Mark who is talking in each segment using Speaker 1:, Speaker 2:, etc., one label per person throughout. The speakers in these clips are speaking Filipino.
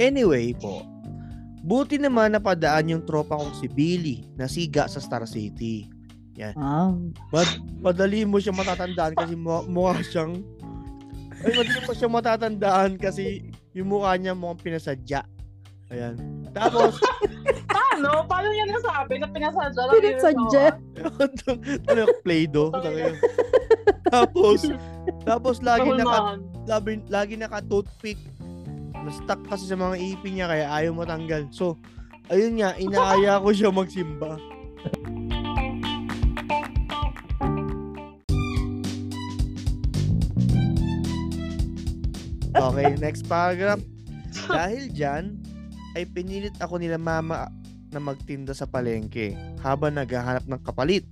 Speaker 1: Anyway po, buti naman napadaan yung tropa kong si Billy na siga sa Star City.
Speaker 2: Wow.
Speaker 1: Madali mo siya matatandaan kasi mu- mukha siyang... Ay, madali mo siya matatandaan kasi yung mukha niya mukhang pinasadya. Ayan. Tapos,
Speaker 3: Paano? Paano niya nasabi na pinasadya lang
Speaker 2: Pinagsadya.
Speaker 1: ano yung Play-Doh? Ano yun? Tapos, tapos lagi
Speaker 3: Lagi
Speaker 1: naka, lagi, lagi naka-toothpick. Na-stuck kasi sa mga ipin niya kaya ayaw matanggal. So, ayun nga, inaaya ko siya magsimba. Okay, next paragraph. Dahil dyan, ay pinilit ako nila mama na magtinda sa palengke habang naghahanap ng kapalit.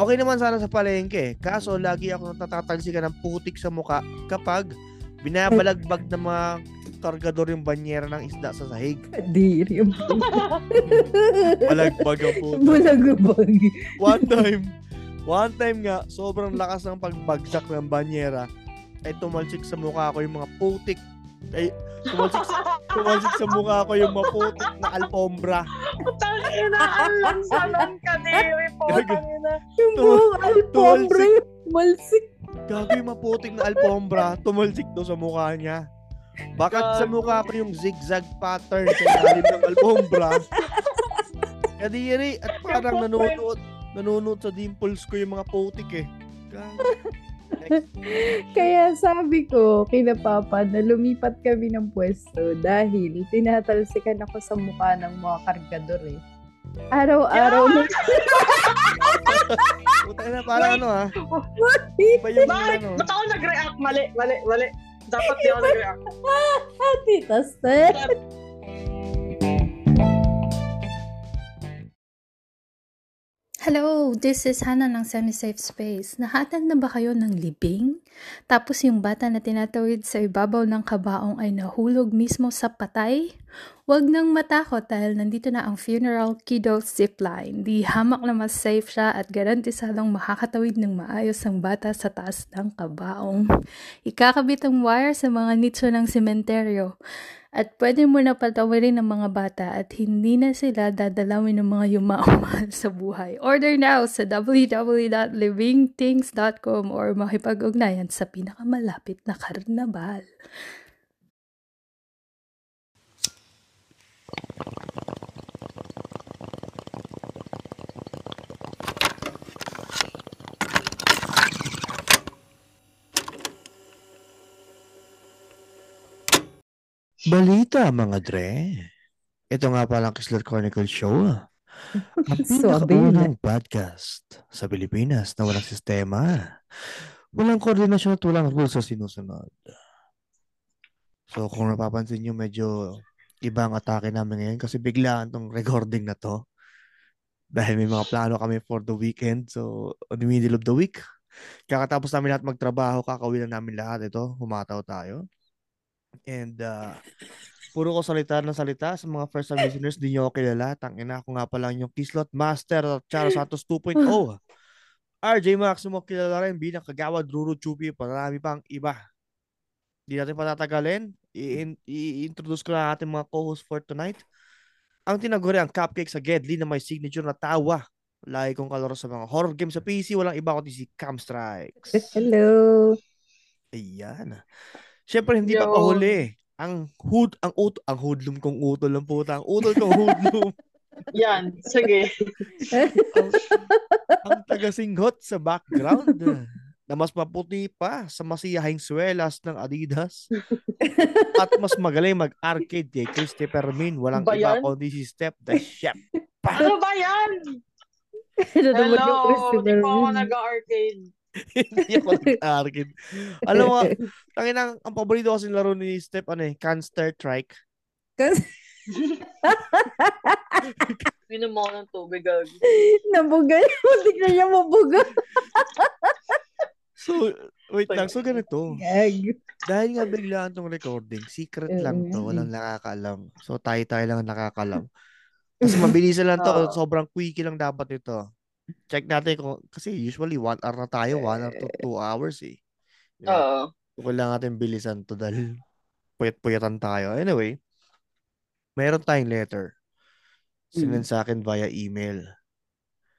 Speaker 1: Okay naman sana sa palengke, kaso lagi ako natatalsikan ng putik sa muka kapag binabalagbag ng mga kargador yung banyera ng isda sa sahig.
Speaker 2: Kadiri.
Speaker 1: Balagbag ang putik.
Speaker 2: Bulagubag.
Speaker 1: One time, one time nga, sobrang lakas ng pagbagsak ng banyera ay tumalsik sa mukha ko yung mga putik ay tumalsik, tumalsik sa mukha ko yung mga putik na alpombra.
Speaker 3: Putang ina, ang lansalan ka, Diri po. Putang ina.
Speaker 2: Yung
Speaker 1: Tumal-
Speaker 2: buong alpombra.
Speaker 1: tumalsik.
Speaker 2: yung Malsik.
Speaker 1: Gago yung maputing na alpombra, tumalsik daw sa mukha niya. Bakit sa
Speaker 3: Gago.
Speaker 1: mukha ko yung zigzag pattern sa ilalim ng alpombra? Kadiri, at parang nanonood, nanonood sa dimples ko yung mga putik eh. Gago. Next.
Speaker 2: Kaya sabi ko kina Papa na lumipat kami ng pwesto dahil tinatalsikan ako sa mukha ng mga kargador eh. Araw-araw yeah!
Speaker 1: Puta na, parang ano ah. Iba yung
Speaker 3: Bakit?
Speaker 1: ano.
Speaker 3: Ba't ako nag-react? Mali, mali, mali. Dapat di ako nag-react.
Speaker 2: Titas na.
Speaker 4: Hello, this is Hannah ng Semi-Safe Space. Nahatag na ba kayo ng libing? Tapos yung bata na tinatawid sa ibabaw ng kabaong ay nahulog mismo sa patay? Huwag nang matakot dahil nandito na ang Funeral Kiddo Zipline. Di hamak na mas safe siya at garantisadong makakatawid ng maayos ang bata sa taas ng kabaong. Ikakabit ang wire sa mga nicho ng sementeryo. At pwede mo na patawarin ng mga bata at hindi na sila dadalawin ng mga yumaumahal sa buhay. Order now sa www.livingthings.com or makipag-ugnayan sa pinakamalapit na karnabal.
Speaker 1: Balita mga dre. Ito nga pala ang Kisler Chronicle Show. ah. Ang
Speaker 2: Swabe
Speaker 1: pinakaunang podcast sa Pilipinas na walang sistema. Walang koordinasyon at walang rules sa sinusunod. So kung napapansin nyo, medyo iba ang atake namin ngayon kasi biglaan tong recording na to. Dahil may mga plano kami for the weekend. So, on the middle of the week. Kakatapos namin lahat magtrabaho, kakawin na namin lahat ito. Humataw tayo. And uh, puro ko salita ng salita sa mga first time listeners, di nyo ako kilala. Tangina ako nga pala yung Kislot Master at Charo Santos oh. 2.0. RJ Max mo kilala rin bilang kagawad Ruru Chupi marami pang iba. Di natin patatagalin. I- I-introduce ko na ating mga co-host for tonight. Ang tinaguri ang cupcake sa Gedli na may signature na tawa. Lagi kong kalaro sa mga horror game sa PC. Walang iba kundi si Cam Strikes.
Speaker 2: Hello.
Speaker 1: Ayan. Siyempre, hindi pa
Speaker 3: Yo.
Speaker 1: pahuli. Ang hood, ang ut, ang hoodlum kong utol ng puta. Ang utol kong hoodlum.
Speaker 3: Yan, sige.
Speaker 1: ang tagasinggot sa background. na mas maputi pa sa masiyahing swelas ng Adidas. At mas magaling mag-arcade kay Christopher Min. Walang
Speaker 3: Ba
Speaker 1: iba
Speaker 3: yan?
Speaker 1: kundi si Step the Chef.
Speaker 3: Ano ba yan?
Speaker 2: Ano naman
Speaker 3: Hello,
Speaker 2: yung
Speaker 3: di
Speaker 2: Christopher
Speaker 3: pa ako
Speaker 2: Reeve?
Speaker 3: nag-arcade.
Speaker 1: Hindi ako nag-arcade. Alam mo, tangin ang, ang paborito kasi laro ni Step, ano eh, Canster Strike.
Speaker 2: Kasi
Speaker 3: Minom ako ng tubig. gag.
Speaker 2: nabugan. Muntik na niya mabugan.
Speaker 1: So, wait lang. So, ganito.
Speaker 2: Gag.
Speaker 1: Dahil nga biglaan tong recording, secret
Speaker 2: Oo
Speaker 1: lang
Speaker 2: nga
Speaker 3: Mm.
Speaker 1: to,
Speaker 2: eh.
Speaker 1: walang nakakalam. So tayo-tayo lang ang nakakalam. Kasi mabilisan lang to,
Speaker 3: Oo.
Speaker 1: sobrang quickie lang dapat ito. Check natin kung, kasi usually one hour na tayo, one hour to two hours eh.
Speaker 3: Oo.
Speaker 1: So, kailangan natin bilisan to dahil puyat-puyatan tayo. Anyway, meron tayong letter. Sinend
Speaker 3: Mm.
Speaker 1: sa akin via email.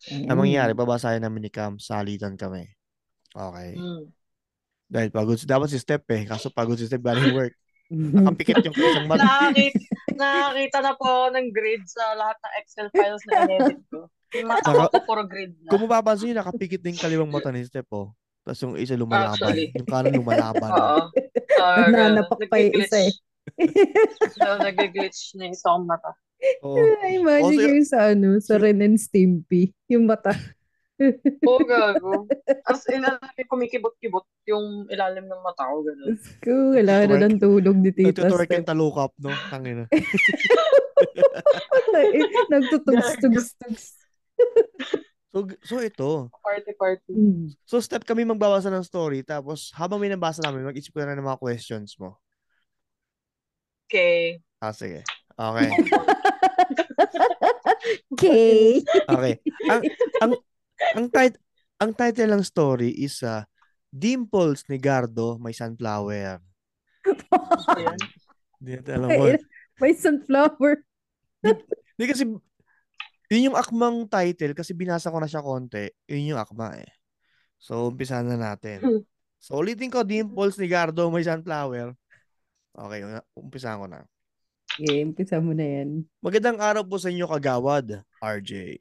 Speaker 1: Ang mangyayari, babasahin namin ni Cam, salitan kami. Okay.
Speaker 3: Mm.
Speaker 1: Dahil pagod si, dapat si Step eh. Kaso pagod si Step galing work.
Speaker 2: Mm.
Speaker 1: Ang pikit yung isang mat.
Speaker 3: Nakakita, nakakita na po ako ng grade sa lahat ng Excel files na inedit ko. Yung mga
Speaker 1: Saka-
Speaker 3: ako, puro grade na.
Speaker 1: Kung mapapansin nyo, nakapikit din kaliwang mata ni Step oh. Tapos yung isa lumalaban.
Speaker 3: Actually.
Speaker 1: Yung kanan lumalaban.
Speaker 3: Oo. Uh,
Speaker 2: Nananapak pa yung isa eh.
Speaker 3: Nag-glitch na yung isa kong mata.
Speaker 1: Oo.
Speaker 2: Imagine
Speaker 1: Also,
Speaker 2: ko yung sa ano, sa Ren and Stimpy. Yung mata.
Speaker 3: Oo, gago. Tapos inalami, kumikibot-kibot yung ilalim ng mata ko. Ganun.
Speaker 2: Diyos ko, wala na ng tulog ni Tita
Speaker 1: Nagtutorek
Speaker 2: Steph.
Speaker 1: yung talukap, no? Tangina.
Speaker 2: Nagtutugs-tugs-tugs.
Speaker 1: So, so ito.
Speaker 3: Party-party.
Speaker 2: Mm.
Speaker 1: So, Step kami magbabasa ng story. Tapos, habang may nabasa namin, mag-isip ka na ng mga questions mo.
Speaker 3: Okay.
Speaker 1: Ah, sige. Okay.
Speaker 2: Okay.
Speaker 1: Okay. Ang ang ang tit- ang title ng story is ah, Dimples ni Gardo may sunflower.
Speaker 3: Ayun.
Speaker 1: Hindi natin alam mo.
Speaker 2: May sunflower.
Speaker 1: Hindi kasi yun yung akmang title kasi binasa ko na siya konti. Yun yung akma eh. So, umpisa na natin. So, ulitin ko, Dimples ni Gardo may sunflower. Okay, una- umpisa ko na.
Speaker 2: Okay, umpisa mo na yan.
Speaker 1: Magandang araw po sa inyo kagawad, RJ.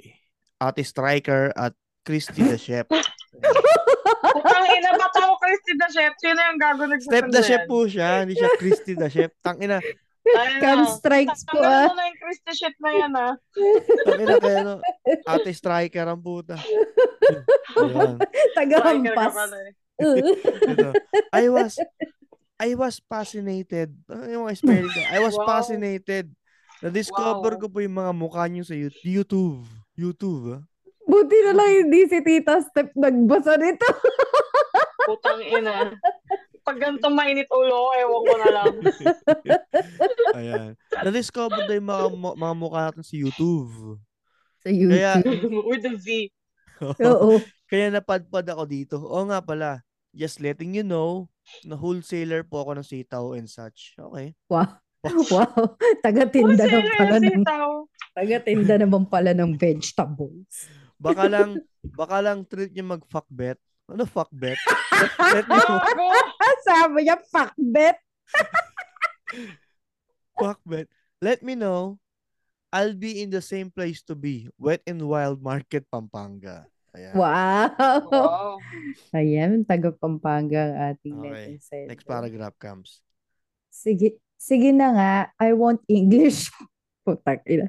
Speaker 1: Ate Striker at Christy the Chef.
Speaker 3: Putang ina, ba't ako Christy the Chef? Sino yung gago
Speaker 1: Step
Speaker 3: nagsasabi
Speaker 1: the
Speaker 3: yan?
Speaker 1: Chef po siya, hindi siya Christy the Chef. Tangina,
Speaker 3: Ayun na.
Speaker 2: Cam strikes po ah.
Speaker 3: Tanggalin mo na yung Christy the Chef na yan ah.
Speaker 1: Tangina kaya no, ate striker ang puta. Ayan.
Speaker 3: Striker ka
Speaker 2: Tagahampas.
Speaker 3: pala eh.
Speaker 1: Ito. I was I was fascinated. Ano yung mga spelling ko? I was
Speaker 3: Wow.
Speaker 1: fascinated. Na-discover
Speaker 3: Wow.
Speaker 1: ko po yung mga mukha niyo sa Yout- YouTube. YouTube, ah.
Speaker 2: Buti na lang hindi si Tita Step nagbasa nito.
Speaker 3: Putang ina. Pag ganito mainit ulo ko, ewan ko na lang.
Speaker 1: Ayan. Na-discover ko yung mga, mu- mga mukha natin sa YouTube.
Speaker 2: Sa YouTube.
Speaker 3: With the V.
Speaker 2: Oo.
Speaker 1: Kaya napadpad ako dito. Oo nga pala. Just letting you know na wholesaler po ako ng sitaw and such. Okay.
Speaker 2: Wow. Wow. Tagatinda
Speaker 3: Kasi
Speaker 2: naman pala
Speaker 3: yun,
Speaker 2: ng
Speaker 3: sitaw.
Speaker 2: tagatinda naman pala ng vegetables.
Speaker 1: Baka lang, baka lang treat niya mag-fuck bet. Ano fuck bet? Let me
Speaker 3: Gago!
Speaker 2: Sabi niya, fuck bet.
Speaker 1: fuck bet. Let me know. I'll be in the same place to be. Wet and Wild Market, Pampanga. Ayan.
Speaker 2: Wow.
Speaker 3: Wow.
Speaker 2: Ayan, taga Pampanga ang ating
Speaker 1: Okay.
Speaker 2: letter sender.
Speaker 1: Next paragraph comes.
Speaker 2: Sige, sige na nga, I want English. Putak ina.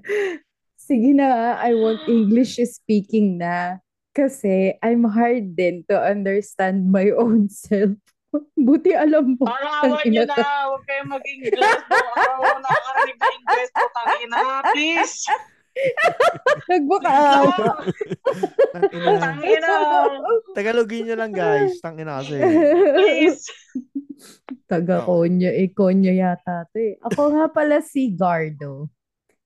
Speaker 2: Sige na nga, I want English speaking na. Kasi I'm hard din to understand my own self. Buti alam mo.
Speaker 3: Arawan nyo na. Huwag kayong maging Ingles. Arawan na karinig ng Ingles. Putang ina. Please.
Speaker 2: Nagbaka.
Speaker 1: Tangina.
Speaker 3: Putang ina.
Speaker 1: Tagalogin nyo lang, guys. Tangina kasi.
Speaker 3: Please.
Speaker 2: Taga Konya, eh, Konya yata to eh. Ako nga pala si Gardo.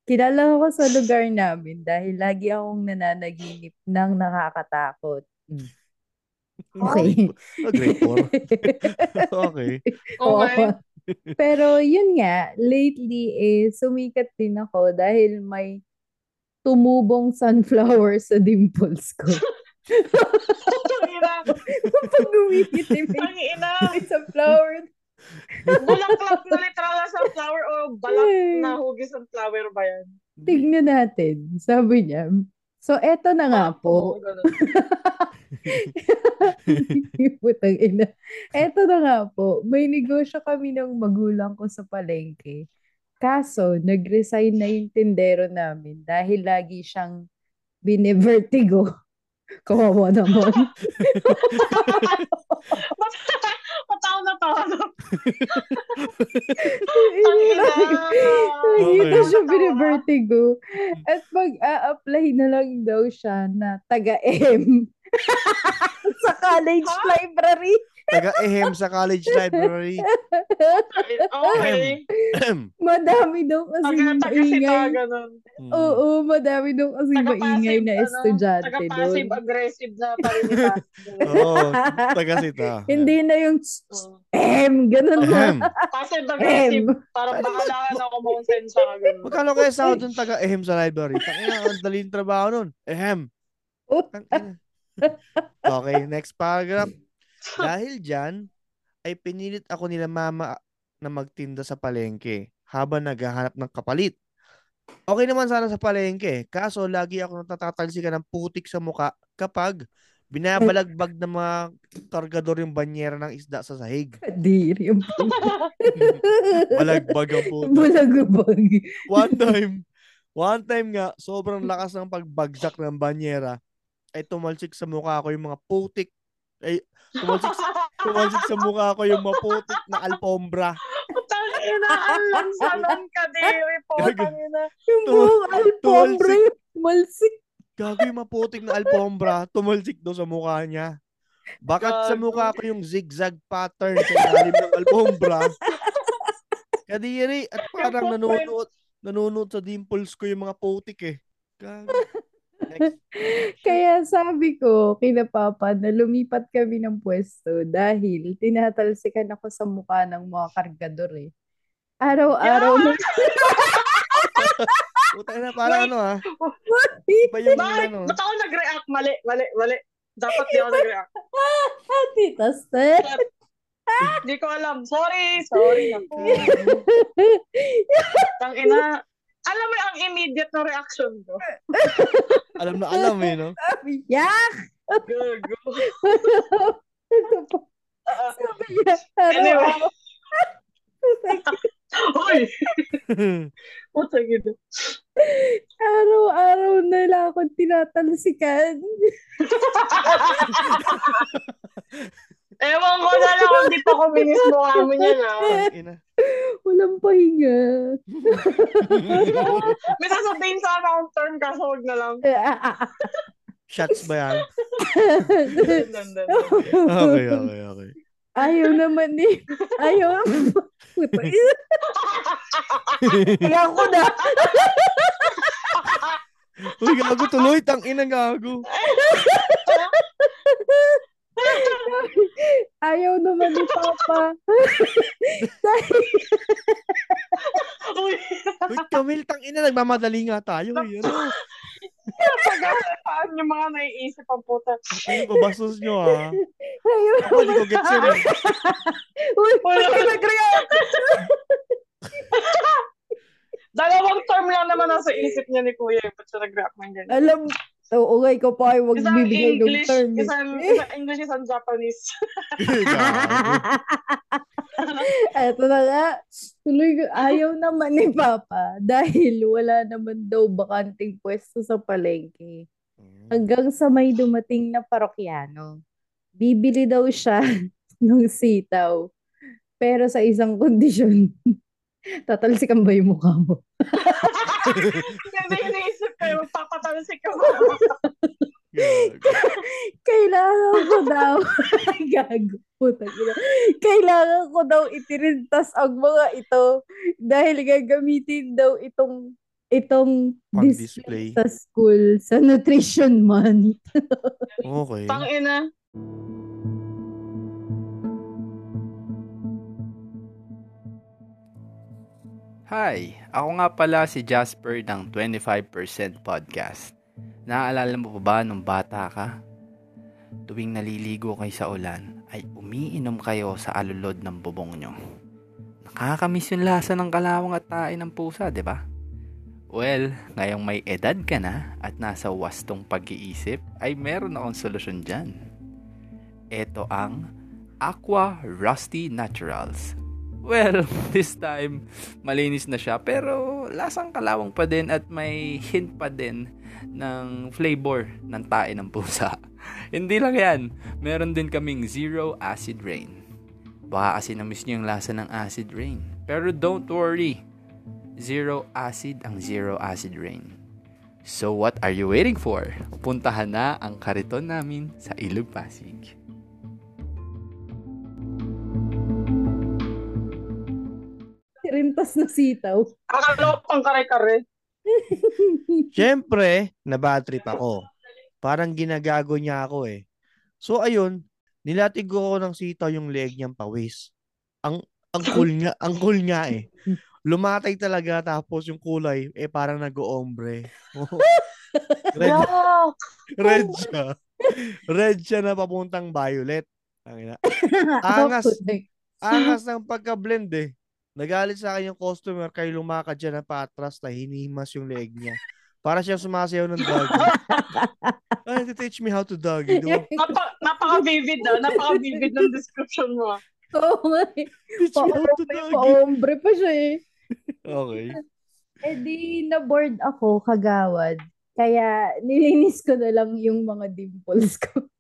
Speaker 2: Kilala ko sa lugar namin dahil lagi akong nananaginip ng nakakatakot. Mm. Okay.
Speaker 1: Oh, grade four. okay.
Speaker 3: Okay.
Speaker 2: Oo. Pero yun nga, lately eh, sumikat din ako dahil may tumubong sunflower sa dimples ko.
Speaker 3: Putang ina.
Speaker 2: Pag umiitim, may
Speaker 3: Putang ina.
Speaker 2: may sunflower.
Speaker 3: Bulaklak na literal na sunflower o balak na hugis ng flower ba yan?
Speaker 2: Tignan natin, sabi niya. So, eto na nga po.
Speaker 3: ganun.
Speaker 2: Putang ina. Eto na nga po, may negosyo kami ng magulang ko sa palengke. Kaso, nag-resign na yung tindero namin dahil lagi siyang binevertigo. Kawawa naman.
Speaker 3: Ba't ako natawa na?
Speaker 2: Ang
Speaker 3: ina.
Speaker 2: Lagi
Speaker 1: Okay.
Speaker 2: na siya
Speaker 3: Nakakatawa.
Speaker 2: binivertigo. At mag a apply na lang daw siya na taga-M. sa college
Speaker 3: Ha?
Speaker 2: library.
Speaker 1: Taga-ehem sa college library.
Speaker 3: Okay.
Speaker 2: Madami daw kasi
Speaker 3: Taga-taga si
Speaker 2: maingay.
Speaker 3: Taga nun.
Speaker 1: Mm.
Speaker 2: Oo, madami daw kasi maingay na estudyante doon.
Speaker 3: Taga-passive-aggressive ano, na parinita.
Speaker 1: Oo, taga-sita.
Speaker 2: Hindi na yung tss,
Speaker 3: Oh.
Speaker 2: tss, em, ganun na.
Speaker 1: Ehem.
Speaker 2: Em.
Speaker 3: Passive-aggressive. Parang bahala na ako mga sensa ka ganun.
Speaker 1: Magkano kaya sa ako dun taga-ehem sa library? Tangina, ang daling trabaho nun. Ehem.
Speaker 2: Oh,
Speaker 1: Tangina. Okay, next paragraph. Dahil dyan, ay pinilit ako nila mama na magtinda sa palengke habang naghahanap ng kapalit. Okay naman sana sa palengke, kaso lagi ako natatalsikan ng putik sa muka kapag binabalagbag ng mga kargador yung banyera ng isda sa sahig.
Speaker 2: kadiri. yung
Speaker 1: Balagbag ang putik.
Speaker 2: Bulagubag.
Speaker 1: one time, one time nga, sobrang lakas ng pagbagsak ng banyera, ay tumalsik sa mukha ko yung mga putik. Ay, tumalsik, tumalsik sa mukha ko yung maputik na alpombra.
Speaker 3: Putang ina, ang lansanon ka, Dewi po. Putang ina.
Speaker 2: Yung
Speaker 1: Tumul-
Speaker 2: buong alpombra yung malsik.
Speaker 1: Gago yung maputik na alpombra, tumalsik daw sa mukha niya. Bakit sa
Speaker 3: Gago.
Speaker 1: mukha ko yung zigzag pattern sa ilalim ng alpombra? Kadiri, at parang nanonood, nanonood sa dimples ko yung mga putik eh. Gago. Next.
Speaker 2: Kaya sabi ko kina Papa na lumipat kami ng pwesto dahil tinatalsikan ako sa mukha ng mga kargador eh. Araw-araw na
Speaker 1: Puta na, parang ano ah. Iba yung
Speaker 3: Bakit?
Speaker 1: ano.
Speaker 3: Ba't ako nag-react? Mali, mali, mali. Dapat di ako nag-react.
Speaker 2: Ah! titas eh.
Speaker 3: Hindi ko alam. Sorry, sorry. Naku. Tang ina. Alam mo ang immediate na reaction ko.
Speaker 1: alam na alam eh, no?
Speaker 2: Yak!
Speaker 3: Gago.
Speaker 2: Ito pa. Sabi niya,
Speaker 3: Anyway.
Speaker 2: araw-araw.
Speaker 3: Hoy! Putang ina.
Speaker 2: Araw-araw na lang ako tinatalsikan.
Speaker 3: Ewan ko na lang kung di pa kuminis mukha mo niya na.
Speaker 1: Ang ina.
Speaker 2: Walang pahinga.
Speaker 3: May sasabihin sana akong turn ka, so huwag na lang.
Speaker 1: Shots ba yan?
Speaker 3: Dun, dun, dun, dun.
Speaker 1: Okay, okay, okay.
Speaker 2: Ayaw naman eh. Ayaw. Puta. Kaya ko na.
Speaker 1: Uy, gago tuloy. Tang ina, gago.
Speaker 2: Ayaw naman ni Papa.
Speaker 3: Uy,
Speaker 1: Uy, Camille, tang ina. Nagmamadali nga tayo. Uy, ano?
Speaker 3: pag yung mga naiisip ang puta.
Speaker 1: Ano ba, bastos nyo, ha?
Speaker 2: Ayaw
Speaker 1: Ako, hindi ko gets yun. eh.
Speaker 2: Uy,
Speaker 3: Uy, ako nag-react! Dalawang term lang naman nasa isip niya ni Kuya. eh, Ba't siya nag-react ng ganyan?
Speaker 2: alam. Oo nga, ikaw pa ay huwag
Speaker 3: Isang
Speaker 2: bibigay ng
Speaker 3: English,
Speaker 2: term. eh.
Speaker 3: isang, isang English, isang Japanese.
Speaker 1: Gago.
Speaker 2: Eto na nga. Tuloy, ko- ayaw naman ni Papa dahil wala naman daw bakanting pwesto sa palengke. Hanggang sa may dumating na parokyano. Bibili daw siya ng sitaw. Pero sa isang kondisyon. Tatalsikan ba yung mukha mo?
Speaker 3: Kasi iniisip ko
Speaker 2: eh,
Speaker 3: yung papatalsik ko.
Speaker 1: Gago.
Speaker 2: Kailangan ko daw. Gago. Putang ina. Kailangan ko daw itirintas ang mga ito dahil gagamitin daw itong itong
Speaker 1: Pang-display.
Speaker 2: display sa school sa nutrition month.
Speaker 1: Okay.
Speaker 3: Tangina.
Speaker 5: Hi! Ako nga pala si Jasper ng 25% Podcast. Naaalala mo pa ba nung bata ka? Tuwing naliligo kayo sa ulan, ay umiinom kayo sa alulod ng bubong nyo. Nakakamiss yung lasa ng kalawang at tain ng pusa, di ba? Well, ngayong may edad ka na at nasa wastong pag-iisip, ay meron akong solusyon dyan. Ito ang Aqua Rusty Naturals. Well, this time, malinis na siya pero lasang kalawang pa din at may hint pa din ng flavor ng tae ng pusa. Hindi lang yan, meron din kaming zero acid rain. Baka kasi na-miss nyo yung lasa ng acid rain. Pero don't worry, zero acid ang zero acid rain. So what are you waiting for? Puntahan na ang kariton namin sa Ilog Pasig.
Speaker 2: Rintas na sitaw.
Speaker 3: Akala ko pang kare-kare.
Speaker 1: Siyempre, nabatrip ako. Parang ginagago niya ako eh. So ayun, nilatig ko ng sitaw yung leg niyang pawis. Ang ang cool niya, ang cool niya eh. Lumatay talaga tapos yung kulay eh parang nag-oombre. red,
Speaker 3: Yeah.
Speaker 1: red siya. Red siya na papuntang violet. Ang ina. Angas.
Speaker 2: eh,
Speaker 1: Angas ng pagka-blend eh. Nagalit sa akin yung customer kay lumakad siya ng patras na hinimas yung leeg niya. Para siyang sumasayaw ng doggy. Ay, to teach me how to doggy. Do
Speaker 3: Napa, napaka-vivid ah. Napaka-vivid ng description mo. ah.
Speaker 2: Oo nga eh.
Speaker 1: teach me how to eh.
Speaker 2: Pa-ombre,
Speaker 1: doggy.
Speaker 2: pa-ombre pa siya eh.
Speaker 1: Okay.
Speaker 2: Eh di, na-board ako kagawad. Kaya nilinis ko na lang yung mga dimples ko.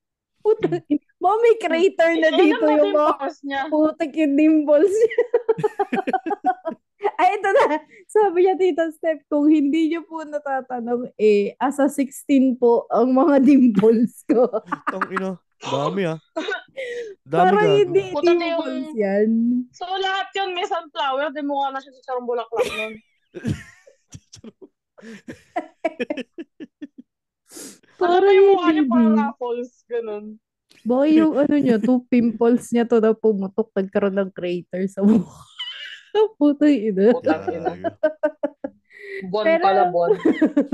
Speaker 2: Puta, mommy crater na
Speaker 3: Ilan
Speaker 2: dito
Speaker 3: Hmm. Eh, ano ba
Speaker 2: yung mga
Speaker 3: pause niya.
Speaker 2: putik yung dimples niya. Ay, ito na. Sabi niya, Tita Steph, kung hindi niyo po natatanong, eh, asa 16 po ang mga dimples ko.
Speaker 1: Tong ino. Dami ah. Dami
Speaker 2: Parang
Speaker 1: gago.
Speaker 2: hindi
Speaker 3: Puta na
Speaker 2: dimples
Speaker 3: yung-
Speaker 2: yan.
Speaker 3: So lahat yun may sunflower. Di mukha na siya sa charong bulaklak nun. Parang
Speaker 2: Parang
Speaker 3: Ano yung
Speaker 2: yung
Speaker 3: mukha niya parang
Speaker 2: baby.
Speaker 3: apples. Ganun.
Speaker 2: Baka yung ano niya, two pimples niya to na pumutok, nagkaroon ng crater sa mukha. Putang ina.
Speaker 3: Putang ina.
Speaker 1: Gago.
Speaker 3: Bon
Speaker 2: Pero-
Speaker 3: pala, bon.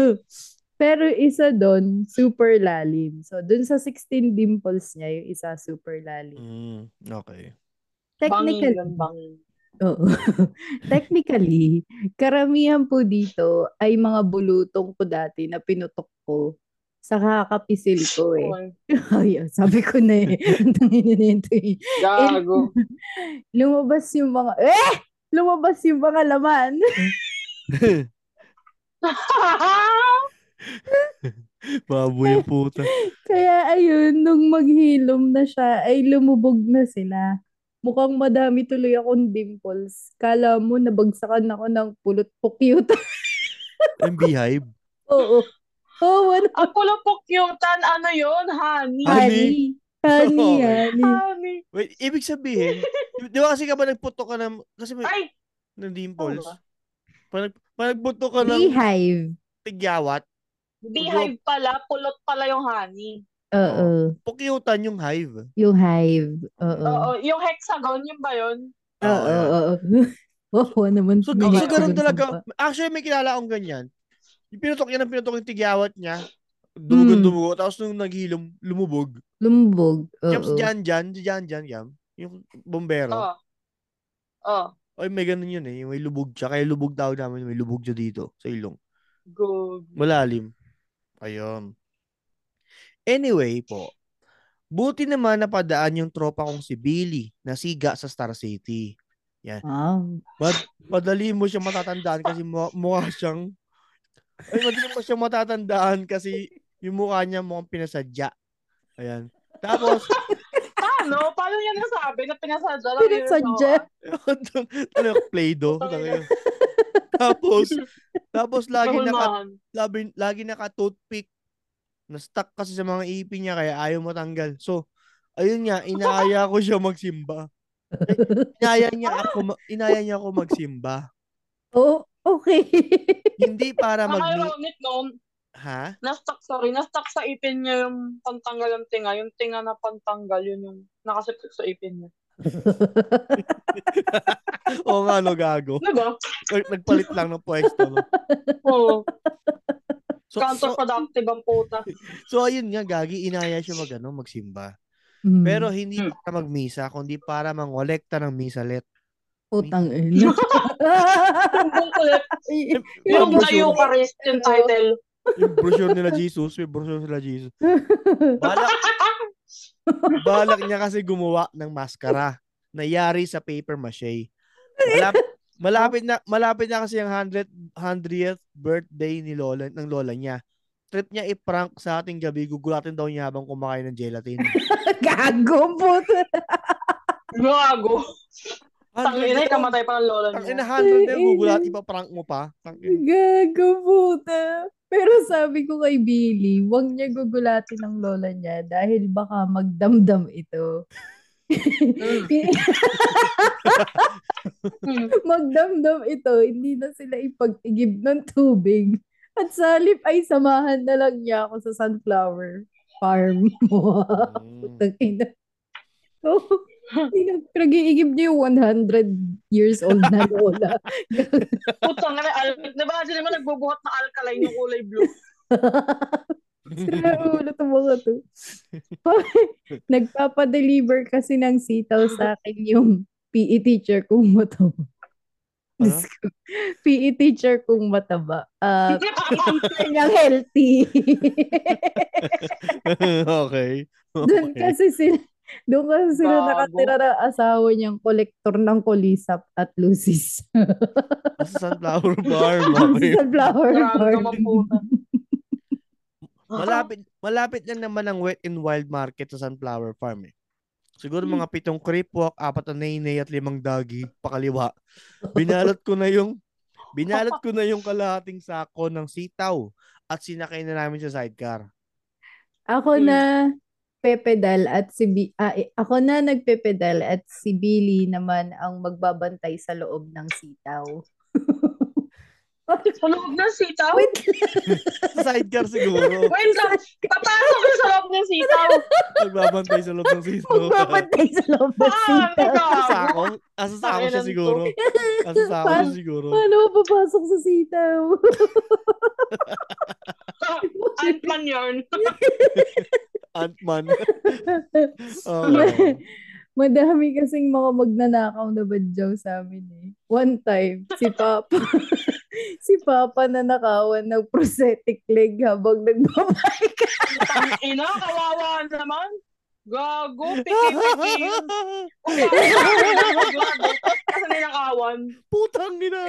Speaker 2: Pero isa doon, super lalim. So, doon sa 16 dimples niya, yung isa super lalim.
Speaker 1: Mm, okay.
Speaker 3: Bangin
Speaker 2: Technically,
Speaker 3: yun, bangin.
Speaker 2: oo. technically, karamihan po dito ay mga bulutong ko dati na pinutok ko sa kakapisil ko eh.
Speaker 3: Oh,
Speaker 2: Ay, sabi ko na eh. Ang tangina nito eh.
Speaker 3: Gago.
Speaker 2: Lumabas yung mga, eh! Lumabas yung mga laman.
Speaker 1: Baboy yung puta.
Speaker 2: Kaya ayun, nung maghilom na siya, ay lumubog na sila. Mukhang madami tuloy akong dimples. Kala mo nabagsakan ako ng pulot pukyut.
Speaker 1: Yung beehive.
Speaker 2: Oo. Oo, ano?
Speaker 3: Ang kulupok yung tan, ano yun? Honey.
Speaker 1: Honey.
Speaker 2: Honey. Honey,
Speaker 1: Okay.
Speaker 2: honey.
Speaker 3: Honey.
Speaker 1: Wait, ibig sabihin, di di ba kasi ka ba nagputok ka ng, kasi may,
Speaker 3: Ay!
Speaker 1: ng dimples?
Speaker 3: Oo ba?
Speaker 1: Pag, nag- pag nagputok ka ng
Speaker 2: Beehive.
Speaker 1: tigyawat,
Speaker 3: Beehive pala, pulot pala yung honey.
Speaker 2: Oo.
Speaker 1: pukyutan yung hive.
Speaker 2: Yung hive.
Speaker 1: Mm.
Speaker 2: Oo.
Speaker 3: Oo, yung hexagon, yun ba yun?
Speaker 2: Oo,
Speaker 1: yun.
Speaker 2: oo. Oo naman.
Speaker 1: So, so
Speaker 2: may
Speaker 3: Bigat
Speaker 1: ganun
Speaker 2: hexagon sa
Speaker 1: talaga.
Speaker 2: baba.
Speaker 1: Actually, may kilala akong ganyan. Yung pinutok niya ng pinutok yung tigyawat
Speaker 2: Hmm.
Speaker 1: niya. Dumugo-dumugo. Tapos nung naghilom, lumubog.
Speaker 2: Lumubog. Oo.
Speaker 1: Yung si Jan Jan, si Jan Jan, yam. Yung bombero.
Speaker 3: Oo. Oo.
Speaker 1: Ay, may ganun yun eh. Yung may lubog siya. Kaya lubog daw namin. May lubog siya dito sa ilong.
Speaker 3: Good.
Speaker 1: Malalim. Ayun. Anyway po, buti naman napadaan yung tropa kong si Billy na siga sa Star City.
Speaker 2: Ah.
Speaker 1: Madali mo siya matatandaan kasi mu- mukha siyang ay madali mo siya matatandaan kasi yung mukha niya mukhang pinasadya. Ayan. Tapos,
Speaker 3: Paano? Paano niya nasabi na pinasadya lang yun? oh,
Speaker 2: Pinasadya.
Speaker 1: ano yung Play-Doh? Putang ina. tapos, tapos lagi naka,
Speaker 3: Nahulmahan.
Speaker 1: labi, lagi naka-toothpick. Na-stuck kasi sa mga ipin niya kaya ayaw matanggal. So, ayun nga, inaaya ko siya magsimba. Ay, Inaya niya ako, ma- inaya niya ako magsimba.
Speaker 2: Oo. Okay.
Speaker 1: Hindi para
Speaker 3: Ang
Speaker 1: mag
Speaker 3: ironic noon,
Speaker 1: ha?
Speaker 3: nastuck, sorry, nastuck sa ipin niya yung pantanggal ng tinga. Yung tinga na pantanggal, yun yung nakasipsip sa ipin niya.
Speaker 1: Oo nga, no, gago.
Speaker 3: Diba?
Speaker 1: Or, Nagpalit lang ng pwesto. No?
Speaker 3: Oo.
Speaker 1: So, so,
Speaker 3: Counterproductive ang puta.
Speaker 1: so, ayun nga, Gagi, inaya siya mag, ano, magsimba.
Speaker 2: Mm.
Speaker 1: Pero hindi
Speaker 3: Hmm.
Speaker 1: para magmisa, kundi para mangolekta ng misalet.
Speaker 2: Putang ina.
Speaker 3: Tumbong ulit.
Speaker 2: Ay,
Speaker 3: Yung
Speaker 1: Yung
Speaker 3: tayo ka rest yung title.
Speaker 1: Yung brochure nila Jesus, may brochure nila Jesus. Balak, balak niya kasi gumawa ng maskara na yari sa paper mache. Malap- malapit na malapit na kasi ang 100 100th birthday ni Lola ng lola niya. Trip niya i-prank sa ating gabi, gugulatin daw niya habang kumakain ng gelatin.
Speaker 2: Gago po.
Speaker 3: Gago.
Speaker 1: Hundred
Speaker 3: Tangina,
Speaker 1: yun.
Speaker 3: kamatay pa ng lola
Speaker 1: Tang ina
Speaker 3: niya.
Speaker 1: 100 na yung gugulat, ipaprank mo pa. Tang ina.
Speaker 2: Gago puta. Pero sabi ko kay Billy, huwag niya gugulatin ang lola niya dahil baka magdamdam ito.
Speaker 3: Hmm.
Speaker 2: magdamdam ito, hindi na sila ipag-igib ng tubig. At sa halip ay samahan na lang niya ako sa sunflower farm mo.
Speaker 1: Hmm.
Speaker 2: Putang ina. Oh, hindi na, nag-iigib niya yung 100 years old na lola.
Speaker 3: Putang na alkaline. Diba kasi naman nagbubuhat ng alkaline yung kulay blue.
Speaker 2: Sira ang ulo to mga to. Nagpapadeliver kasi ng sitaw sa akin yung PE teacher kong mataba. Diyos ko. PE teacher kong mataba. Ah, teacher niyang healthy.
Speaker 1: okay.
Speaker 2: doon
Speaker 1: Okay.
Speaker 2: kasi sila, doon kasi sila
Speaker 3: Bago.
Speaker 2: nakatira ng asawa niyang kolektor ng kolisap at lucis.
Speaker 1: Sa sunflower farm. Okay.
Speaker 2: Sunflower
Speaker 3: Grabe
Speaker 2: farm.
Speaker 3: naman puta.
Speaker 1: Malapit, malapit na naman ang wet and wild market sa sunflower farm eh. Siguro mga pitong creepwalk, apat na nainay at limang dagi, pakaliwa. Binalot ko na yung binalot ko na yung kalahating sako ng sitaw at sinakay na namin sa sidecar.
Speaker 2: Ako
Speaker 3: Mm.
Speaker 2: na pepedal at si Bi- ah, eh, ako na nagpepedal at si Billy naman ang magbabantay sa loob ng sitaw.
Speaker 3: Sa loob ng sitaw?
Speaker 2: Wait,
Speaker 1: Sa sidecar siguro.
Speaker 3: Wait lang. Papasok ko sa loob ng sitaw.
Speaker 1: Nagbabantay sa loob ng sitaw.
Speaker 2: magbabantay sa loob ng
Speaker 3: Ah,
Speaker 2: sitaw.
Speaker 1: Asa
Speaker 3: ikaw.
Speaker 1: sako? Asa sako siya
Speaker 3: Pakialam
Speaker 1: siguro. Asa sako siya siguro.
Speaker 2: Paano ako papasok sa sitaw?
Speaker 3: Ant-Man yun.
Speaker 1: Antman.
Speaker 3: Ah,
Speaker 1: Okay.
Speaker 2: Madami kasing mga magnanakaw na badyaw sa amin eh. One time, si Papa, si Papa na nakawan ng prosthetic leg habang nagbabike.
Speaker 3: Ang ina, kawawa naman. Gago, piki-piki yun. Gago, kasi ninakawan.
Speaker 1: Putang ina.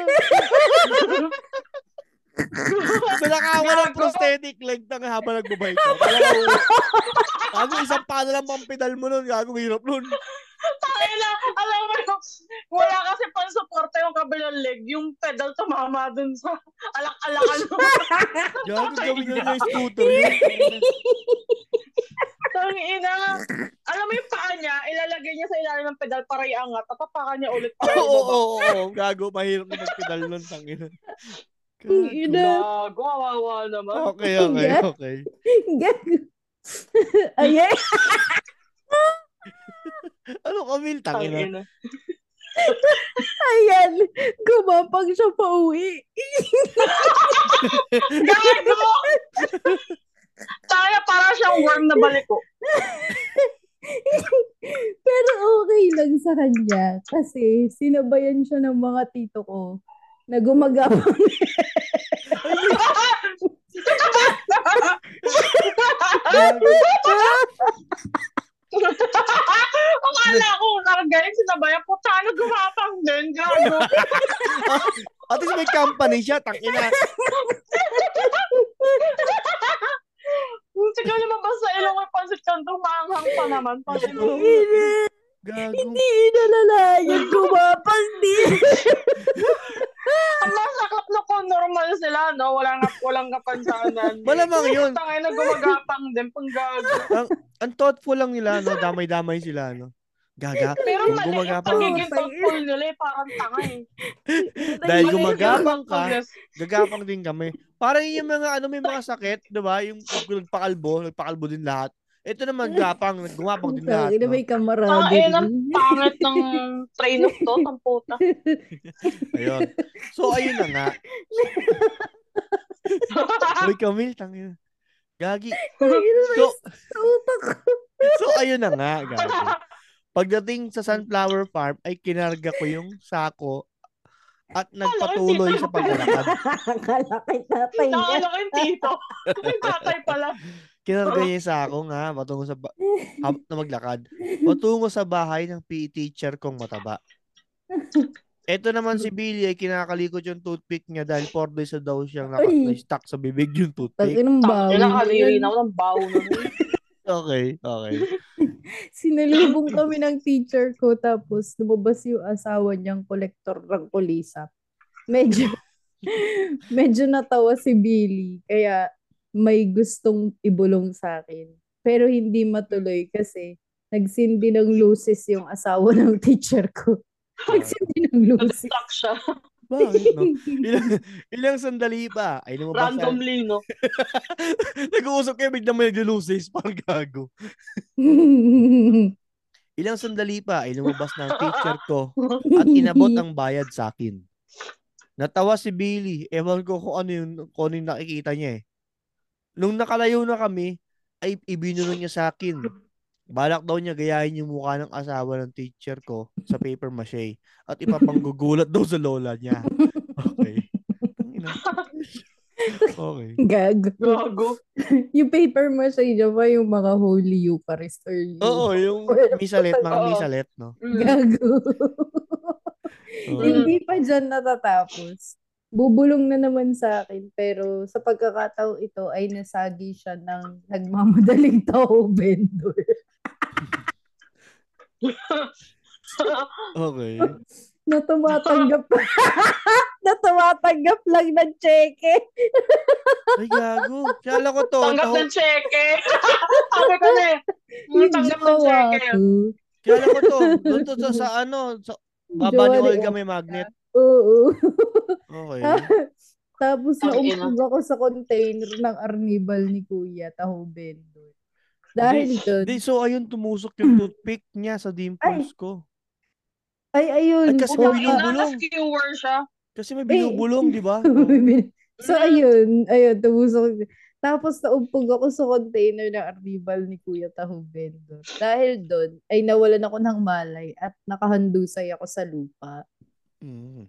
Speaker 1: Nalakawan ng prosthetic leg na nga habang nagbabay ka. Talagang- Gago, isang paano lang pang pedal mo nun. Gago, hirap nun.
Speaker 3: Tangina, alam mo yun, wala kasi pansuporta yung kabilang leg, yung pedal tumama dun sa alak-alakan mo.
Speaker 1: Gago, gawin nyo na yung scooter yun.
Speaker 3: Tangina, alam mo yung paa niya, ilalagay niya sa ilalim ng pedal para iangat, tapapakan niya ulit para
Speaker 1: Oo,
Speaker 3: ibaba.
Speaker 1: oo, oo. Gago, mahirap na magpedal nun. Tangina.
Speaker 2: Ang ina.
Speaker 3: Gago, kawawa naman.
Speaker 1: Okay, okay, okay.
Speaker 2: Gago. Ay, eh.
Speaker 1: Ano ka, Will? Tangina.
Speaker 3: Tangina.
Speaker 2: ayan. Gumapang siya pa uwi.
Speaker 3: Gago! Tangina, para siyang worm na balik oh. ko.
Speaker 2: Pero okay lang sa kanya kasi sinabayan siya ng mga tito ko na gumagapang.
Speaker 3: Akala ko, nakagaling sa nabaya, putano gumapang din, gago.
Speaker 1: At least may company siya. Tangina.
Speaker 3: Hindi ka lumabas sa ilong may pansit kang tumanghang pa naman. Panginoon.
Speaker 1: Gago.
Speaker 2: Hindi inalalayan gumapang din.
Speaker 3: Ang masaklap na kung normal sila, no? Walang, walang kapansanan.
Speaker 1: Malamang yun.
Speaker 3: Tangay na gumagapang din, panggago.
Speaker 1: Ang thoughtful lang nila, no? Damay-damay sila, no? Gaga.
Speaker 3: Pero
Speaker 1: Kung
Speaker 3: mali yung
Speaker 1: gumagapang,
Speaker 3: pagiging thoughtful nila, eh, parang tangay.
Speaker 1: dahil
Speaker 3: Mali yung
Speaker 1: gumagapang ka,
Speaker 3: thoughtfulness.
Speaker 1: gagapang din kami. Parang yung mga ano may mga sakit, 'di ba? Yung nagpakalbo, nagpakalbo din lahat. Ito naman gapang, gumapang din lahat.
Speaker 2: Ina
Speaker 1: no?
Speaker 2: may
Speaker 3: Ang
Speaker 2: kamarada.
Speaker 3: ina,
Speaker 2: din.
Speaker 3: pangit ng train of thought, ang puta.
Speaker 1: Ayun. So ayun na nga.
Speaker 3: Ah!
Speaker 1: Uy, Camille, tangina. Gagi.
Speaker 2: Ina may
Speaker 1: So-
Speaker 2: sa utak ko.
Speaker 1: So ayun na nga, gagi. Pagdating sa Sunflower Farm ay kinarga ko yung sako at nagpatuloy sa paglalakad.
Speaker 2: Akala kay tatay niya.
Speaker 3: Nakala ko yung tito. Yung tatay pala.
Speaker 1: Kinarga niya yung sako nga patungo sa ba- hab- na maglakad. Patungo sa bahay ng PE teacher kong mataba. Ito naman si Billy ay kinakalikot yung toothpick niya dahil 4 days na daw siyang naka-
Speaker 2: Ay.
Speaker 1: na-stuck sa bibig yung
Speaker 2: Tangin
Speaker 1: toothpick.
Speaker 2: ng bawi.
Speaker 3: Tangay na, kaliri na
Speaker 2: yun.
Speaker 3: ako ng bawo na.
Speaker 1: Okay, okay.
Speaker 2: Sinalubong kami ng teacher ko tapos lumabas yung asawa niyang kolektor ng kulisap. Medyo Medyo natawa si Billy, kaya may gustong ibulong sa akin. Pero hindi matuloy kasi nagsindi ng luces yung asawa ng teacher ko. Nagsindi ng luces.
Speaker 3: Nag-stuck siya.
Speaker 1: Bakit, no? Ilang, ilang sandali ba? Ay, lumabas na.
Speaker 3: Randomly, no?
Speaker 1: Nag-uusap kayo, biglang may naglulusis. Parang gago. Ilang sandali pa, ay lumabas na ang teacher ko. at inabot ang bayad sa akin. Natawa si Billy. Ewan ko kung ano yun, kung ano yung nakikita niya eh. Nung nakalayo na kami, ay ibinulong niya sa akin. Balak daw niya gayahin yung mukha ng asawa ng teacher ko sa paper mache at ipapanggugulat daw sa lola niya. Okay. Tangina. okay.
Speaker 2: Gag.
Speaker 3: Gago.
Speaker 2: Yung paper mache niya ba yung mga Holy Eucharist or yung-
Speaker 1: Oo, yung misalet, mga
Speaker 3: Oo.
Speaker 1: misalet, no?
Speaker 3: Mm.
Speaker 2: Gago.
Speaker 1: Oo.
Speaker 2: Hindi pa dyan natatapos. Bubulong na naman sa akin pero sa pagkakatao ito ay nasagi siya ng nagmamadaling tao vendor.
Speaker 1: Okay.
Speaker 2: na tumatanggap na tumatanggap lang ng cheque.
Speaker 1: Ay, gago. Kala ko to.
Speaker 3: Tanggap
Speaker 1: tao-
Speaker 3: ng cheque. Sabi ko na eh. Mm,
Speaker 2: Yung
Speaker 3: Tanggap ng
Speaker 2: jowa
Speaker 3: cheque.
Speaker 2: ko.
Speaker 1: Kala ko to. Doon to sa, sa ano, sa baba ni
Speaker 2: Jowa ni
Speaker 1: Olga may magnet.
Speaker 2: Oo.
Speaker 1: Okay.
Speaker 2: Ah. Tapos
Speaker 3: Ang ina.
Speaker 2: naumpog ako sa container ng arnibal ni Kuya Taho Bendor. Dahil doon,
Speaker 1: Di, so ayun, tumusok yung toothpick niya sa dimples ko.
Speaker 2: ay ayun.
Speaker 1: Ay, kasi
Speaker 2: baka-
Speaker 1: may binubulong.
Speaker 3: Nag-skewer siya.
Speaker 1: Kasi may binubulong, di ba?
Speaker 2: so ayun, ayun, tumusok. Tapos naumpog ako sa container ng arnibal ni Kuya Taho Bendor. Dahil doon, ay nawalan ako ng malay at nakahandusay ako sa lupa.
Speaker 1: Mm.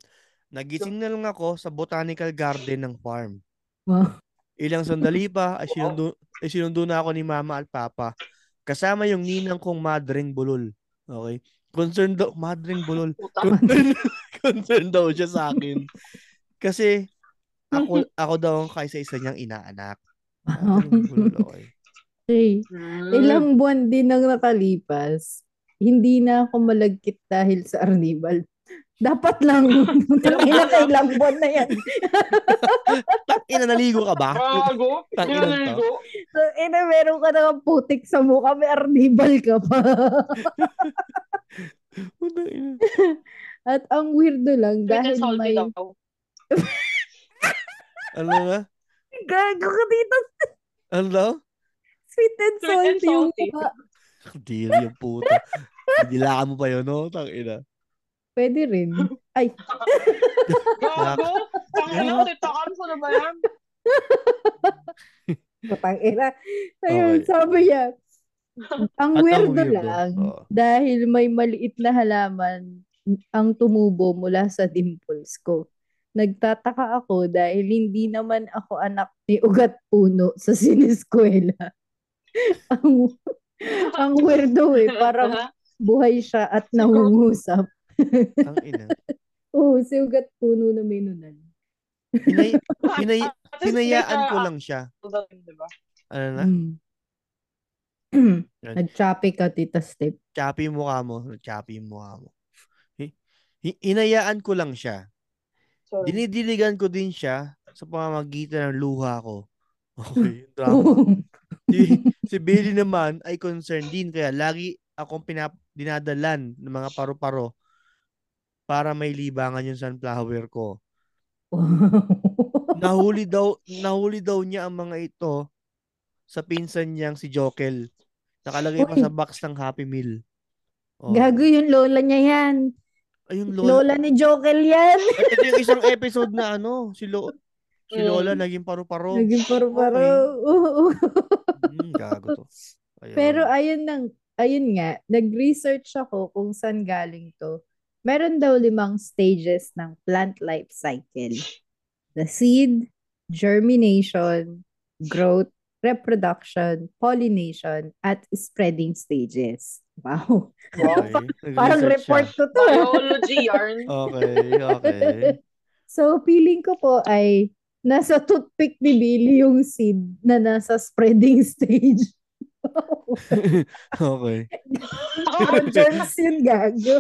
Speaker 1: Nagising na lang ako sa botanical garden ng farm.
Speaker 2: Wow.
Speaker 1: Ilang sandali pa, ay sinundo, ay sinundo na ako ni mama at papa. Kasama yung ninang kong madreng bulol. Okay? Concerned daw, madreng bulol.
Speaker 3: Puta.
Speaker 1: Concerned, concerned daw siya sa akin. Kasi, ako, ako daw ang kaisa-isa niyang inaanak.
Speaker 2: Oh.
Speaker 1: Madreng bulol, okay.
Speaker 2: Okay.
Speaker 3: Hmm. Mm-hmm.
Speaker 2: Ilang buwan din ang nakalipas, hindi na ako malagkit dahil sa Arnibal. Dapat lang, putang ina ka, ilang buwan na yan.
Speaker 1: Ina, naligo ka ba?
Speaker 3: Gago.
Speaker 1: Tangina to.
Speaker 3: Naligo.
Speaker 2: So, ina, meron ka na putik sa mukha, may Arnibal ka pa.
Speaker 1: Putang ina.
Speaker 2: At ang weirdo lang, dahil
Speaker 3: Dahil
Speaker 2: may...
Speaker 3: salty daw.
Speaker 1: Ano na?
Speaker 2: Gago ka dito,
Speaker 1: Ano daw?
Speaker 2: sweet and
Speaker 3: Sweet and
Speaker 2: salty yung
Speaker 3: salty.
Speaker 2: mukha.
Speaker 1: Diri yung puta. Dilaan mo pa yun, no? Tang ina.
Speaker 2: Pwede rin. Ay,
Speaker 3: Gago. Tangina, tita Cams, ano ba yan?
Speaker 2: putang ina. Ayun,
Speaker 1: Okay.
Speaker 2: sabi niya. Ang
Speaker 1: At ang
Speaker 2: weirdo,
Speaker 1: weirdo, Oh.
Speaker 2: lang,
Speaker 1: oo.
Speaker 2: dahil may maliit na halaman ang tumubo mula sa dimples ko. Nagtataka ako dahil hindi naman ako anak ni Ugat Puno sa siniskwela. ang, ang weirdo eh, parang buhay siya at nangungusap.
Speaker 1: Tang ina.
Speaker 2: Oo, si Ugat Puno na may nunan.
Speaker 1: Hinay, hinay,
Speaker 3: At least
Speaker 1: hinayaan
Speaker 3: may
Speaker 1: ko
Speaker 3: ka-
Speaker 1: lang siya.
Speaker 3: Diba?
Speaker 1: Ano na?
Speaker 2: Mm. Hmm. Nag-choppy ka, Tita Step.
Speaker 1: Choppy yung mukha mo. Choppy yung mukha mo. Hi- hi- Hinayaan ko lang siya.
Speaker 3: Sorry.
Speaker 1: Dinidiligan ko din siya sa pamamagitan ng luha ko. Okay, yung drama.
Speaker 2: Oo.
Speaker 1: si, si Billy naman ay concerned din kaya lagi akong pinap- dinadalan ng mga paru-paro para may libangan yung sunflower ko. Nahuli daw nahuli daw niya ang mga ito sa pinsan niyang si Jokel. Nakalagay pa
Speaker 2: Uy.
Speaker 1: sa box ng Happy Meal. Oh.
Speaker 2: Gago yung lola niya yan.
Speaker 1: Ayun, Lola.
Speaker 2: Lola ni Jokel yan.
Speaker 1: Ay, Ito yung isang episode na ano, si, Lo- si
Speaker 3: Mm.
Speaker 1: Lola naging paru-paro.
Speaker 2: Naging paru-paro. Oo.
Speaker 1: Mm, gago to. Ayun.
Speaker 2: Pero ayun nang, ayun nga, nag-research ako kung saan galing to. Meron daw limang stages ng plant life cycle. The seed, germination, growth, reproduction, pollination, at spreading stages. Wow.
Speaker 1: okay.
Speaker 2: Parang
Speaker 1: nag-research
Speaker 2: report ko to. ah.
Speaker 3: Biology yarn.
Speaker 1: Okay, okay.
Speaker 2: so, feeling ko po ay nasa toothpick ni Billy yung seed na nasa spreading stage.
Speaker 1: okay.
Speaker 3: Ako,
Speaker 2: Germs yun gago.
Speaker 1: Diba?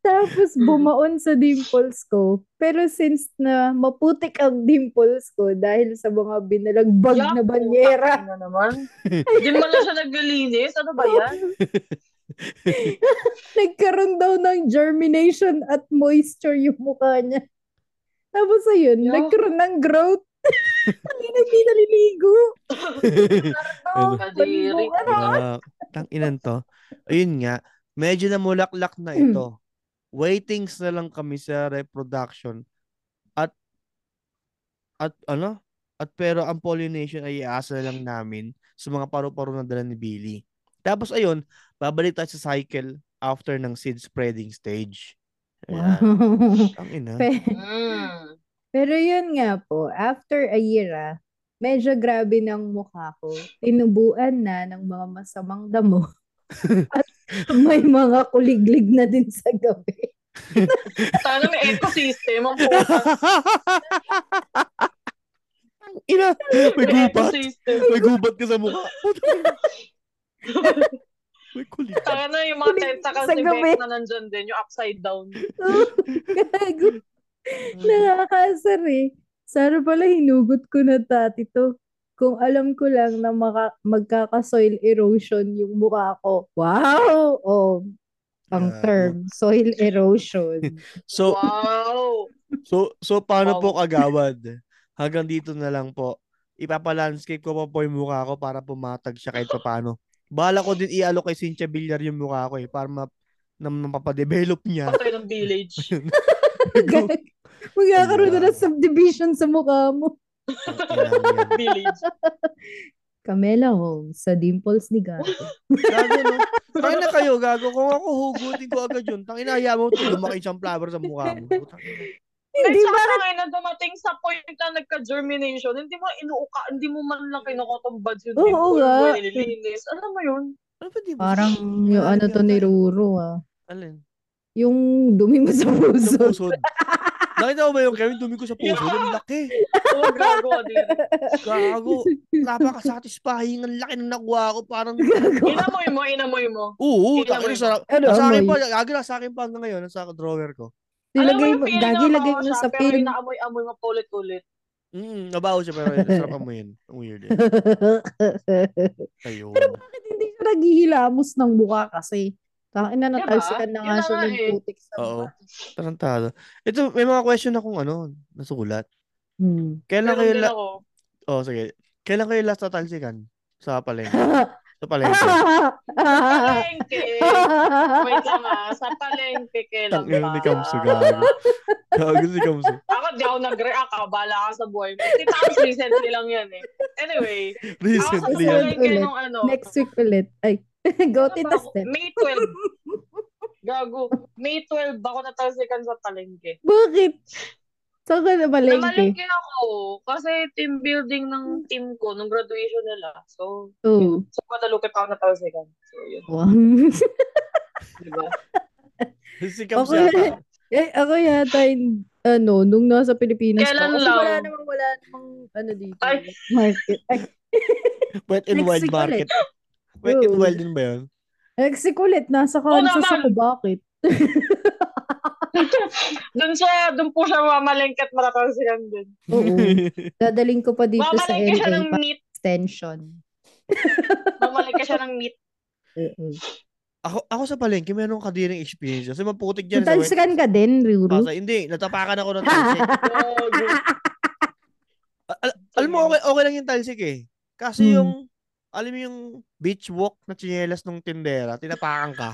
Speaker 2: Tapos
Speaker 3: Hmm.
Speaker 2: bumaon sa dimples ko. Pero since na maputik ang dimples ko dahil sa mga binalagbag na banyera.
Speaker 3: Ano naman? Hindi mo lang siya naglilinis? Ano ba yan?
Speaker 2: Nagkaroon daw ng germination at moisture yung mukha niya. Tapos ayun,
Speaker 3: Yeah.
Speaker 2: nagkaroon ng growth. Ang ina, hindi naliligo.
Speaker 1: Ano?
Speaker 2: Balibo,
Speaker 3: Kadiri.
Speaker 2: ano?
Speaker 1: Brak. Tang inan to. Ayun nga, medyo namulaklak na ito. Waitings na lang kami sa reproduction. At at ano? At pero ang pollination ay iasa na lang namin sa mga paru-paro na dala ni Billy. Tapos ayun, babalik tayo sa cycle after ng seed spreading stage. Ayan. Ang ina.
Speaker 2: Pe-
Speaker 3: Mm.
Speaker 2: Pero yun nga po, after a year ah, medyo grabe ng mukha ko. Tinubuan na ng mga masamang damo. At may mga kuliglig na din sa gabi.
Speaker 3: Sana may ecosystem. Ang puta.
Speaker 1: Ang ina. May
Speaker 3: May
Speaker 1: gubat.
Speaker 3: ecosystem.
Speaker 1: May gubat ka sa mukha. May kulit.
Speaker 3: Sana yung mga
Speaker 2: Kulit
Speaker 3: tentacles
Speaker 2: sa
Speaker 3: ni
Speaker 2: gabi.
Speaker 3: Beck na nandyan din, yung upside down.
Speaker 2: Gago. Oh Nakakasar eh. Sana pala hinugot ko na dati to. Kung alam ko lang na maka- magkaka-soil erosion yung mukha ko. Wow! Oh, ang
Speaker 1: Grabe.
Speaker 2: term, soil erosion.
Speaker 1: So,
Speaker 3: Wow!
Speaker 1: So, so paano
Speaker 3: Wow.
Speaker 1: po kagawad? Hanggang dito na lang po. Ipapalandscape ko pa po yung mukha ko para pumatag siya kahit paano. Bala ko din i-alok kay Cynthia Villar yung mukha ko eh para ma na mapapadevelop niya.
Speaker 3: Patay ng village.
Speaker 2: Magkakaroon na ng subdivision sa mukha mo.
Speaker 1: Ang inang yan.
Speaker 3: village.
Speaker 2: Camela Holmes sa dimples ni Gato.
Speaker 1: Gago no? Tangina na kayo, gago. Kung ako hugutin ko agad yun. Tangina, hayaan mo ito. Lumaki siyang flower sa mukha mo. Putang ina.
Speaker 2: Hindi
Speaker 3: Kahit
Speaker 2: ba?
Speaker 3: saan na dumating sa point na nagka-germination, hindi mo inuuka, hindi mo man lang kinukotombad yun.
Speaker 2: Oo
Speaker 3: Hindi mo
Speaker 2: nga.
Speaker 3: yun nililinis. Ano mo yun?
Speaker 1: Ano ba di ba?
Speaker 2: Parang yung ano to ni Ruru ah.
Speaker 1: Alin?
Speaker 2: Yung dumi mo
Speaker 1: Sa
Speaker 2: sa puso.
Speaker 1: pusod. Nakita mo ba yung Kevin? Dumi ko sa puso. Ang laki.
Speaker 3: Oo, gago ka din.
Speaker 1: Gago. Napaka-satisfying. Ang laki ng nakuha ko. Parang,
Speaker 3: Inamoy mo, inamoy mo.
Speaker 1: oo,
Speaker 3: Tingnan mo
Speaker 1: takin
Speaker 3: yun.
Speaker 1: sarap.
Speaker 2: Ano,
Speaker 1: Nasa akin pa,
Speaker 2: amoy?
Speaker 1: gagi na sa akin pa hanggang ngayon, nasa drawer ko.
Speaker 2: Nilagay mo,
Speaker 3: feeling
Speaker 2: gagi
Speaker 3: na
Speaker 2: lagay
Speaker 3: mabaho
Speaker 2: mo
Speaker 3: siya,
Speaker 2: sa
Speaker 3: Pero
Speaker 2: film.
Speaker 3: yung naamoy-amoy mo pa ulit-ulit.
Speaker 1: Mm, nabaho siya pero yun, sarap mo yun. Ang weird eh. Ayun.
Speaker 2: Pero bakit hindi siya naghihilamos ng buka kasi? Tangin na
Speaker 3: Diba?
Speaker 2: natalsikan na nga
Speaker 3: Yun na
Speaker 2: siya
Speaker 3: nga
Speaker 2: ng
Speaker 3: eh.
Speaker 2: putik sa
Speaker 1: Oo.
Speaker 2: mukha.
Speaker 1: Tarantado. Ito, may mga question akong ano, nasulat.
Speaker 2: Hmm.
Speaker 1: Kailan
Speaker 3: Meron
Speaker 1: kayo,
Speaker 3: din
Speaker 1: la-
Speaker 3: ako.
Speaker 1: oh sige. Kailan kayo last natalsikan? Sa palengke. Sa palengke.
Speaker 2: Ah!
Speaker 3: Palengke. Wait lang ah. Sa palengke, kailan
Speaker 1: Tangina
Speaker 3: pa?
Speaker 1: ni Kamsu, gago. Gago si Kamsu.
Speaker 3: Ako, di ako nag-react. ah. Bahala ka sa buhay mo. Si Tams, recently lang yan eh. Anyway, ako sa
Speaker 1: Recently. ah.
Speaker 2: Susunod
Speaker 3: palengke
Speaker 2: ulit.
Speaker 3: nung ano.
Speaker 2: Next week ulit. Ay, go
Speaker 3: ano
Speaker 2: tita
Speaker 3: ba ako?
Speaker 2: step.
Speaker 3: May 12. Gago. May 12 ako natalsikan sa palengke.
Speaker 2: Bakit? Saan ka namalengke?
Speaker 3: Namalengke ako. Kasi team building ng team ko nung graduation nila. So,
Speaker 2: Oo.
Speaker 3: sa Guadalupe pa ako natalsikan. So, yun.
Speaker 2: Wow.
Speaker 3: Diba?
Speaker 1: Si
Speaker 2: ako,
Speaker 1: Kamsu yata.
Speaker 2: yata- eh, ako yata in, ano, nung nasa Pilipinas
Speaker 3: Kailan
Speaker 2: pa. Kasi
Speaker 3: lang?
Speaker 2: wala namang, wala namang, ano dito.
Speaker 3: Ay.
Speaker 2: Market. Ay,
Speaker 1: Wet and
Speaker 2: Next
Speaker 1: wild
Speaker 2: week
Speaker 1: market.
Speaker 2: ulit.
Speaker 1: Wet and
Speaker 2: Oo.
Speaker 1: wild din ba yun?
Speaker 2: Mexico ulit. Nasa Kansas
Speaker 3: naman.
Speaker 2: ako. Bakit?
Speaker 3: Doon siya, doon po siya mamalengke at matatalsikan din.
Speaker 2: Oo. Dadaling ko pa dito sa
Speaker 3: Mamalengke siya ng
Speaker 2: LA. Pa
Speaker 3: meat.
Speaker 2: extension.
Speaker 3: Mamalengke siya ng meat.
Speaker 2: Oo.
Speaker 1: Ako, ako sa palengke, meron ka din ng experience. Kasi maputik dyan sa wet
Speaker 2: Talsikan ka din, Ruru.
Speaker 1: Basa, hindi. Natapakan ako ng talsik.
Speaker 3: Gago.
Speaker 1: Al- al- alam mo, okay, okay lang yung talsik eh. Kasi
Speaker 2: Hmm.
Speaker 1: yung, alam mo yung beach walk na chinelas nung tindera, tinapakan ka.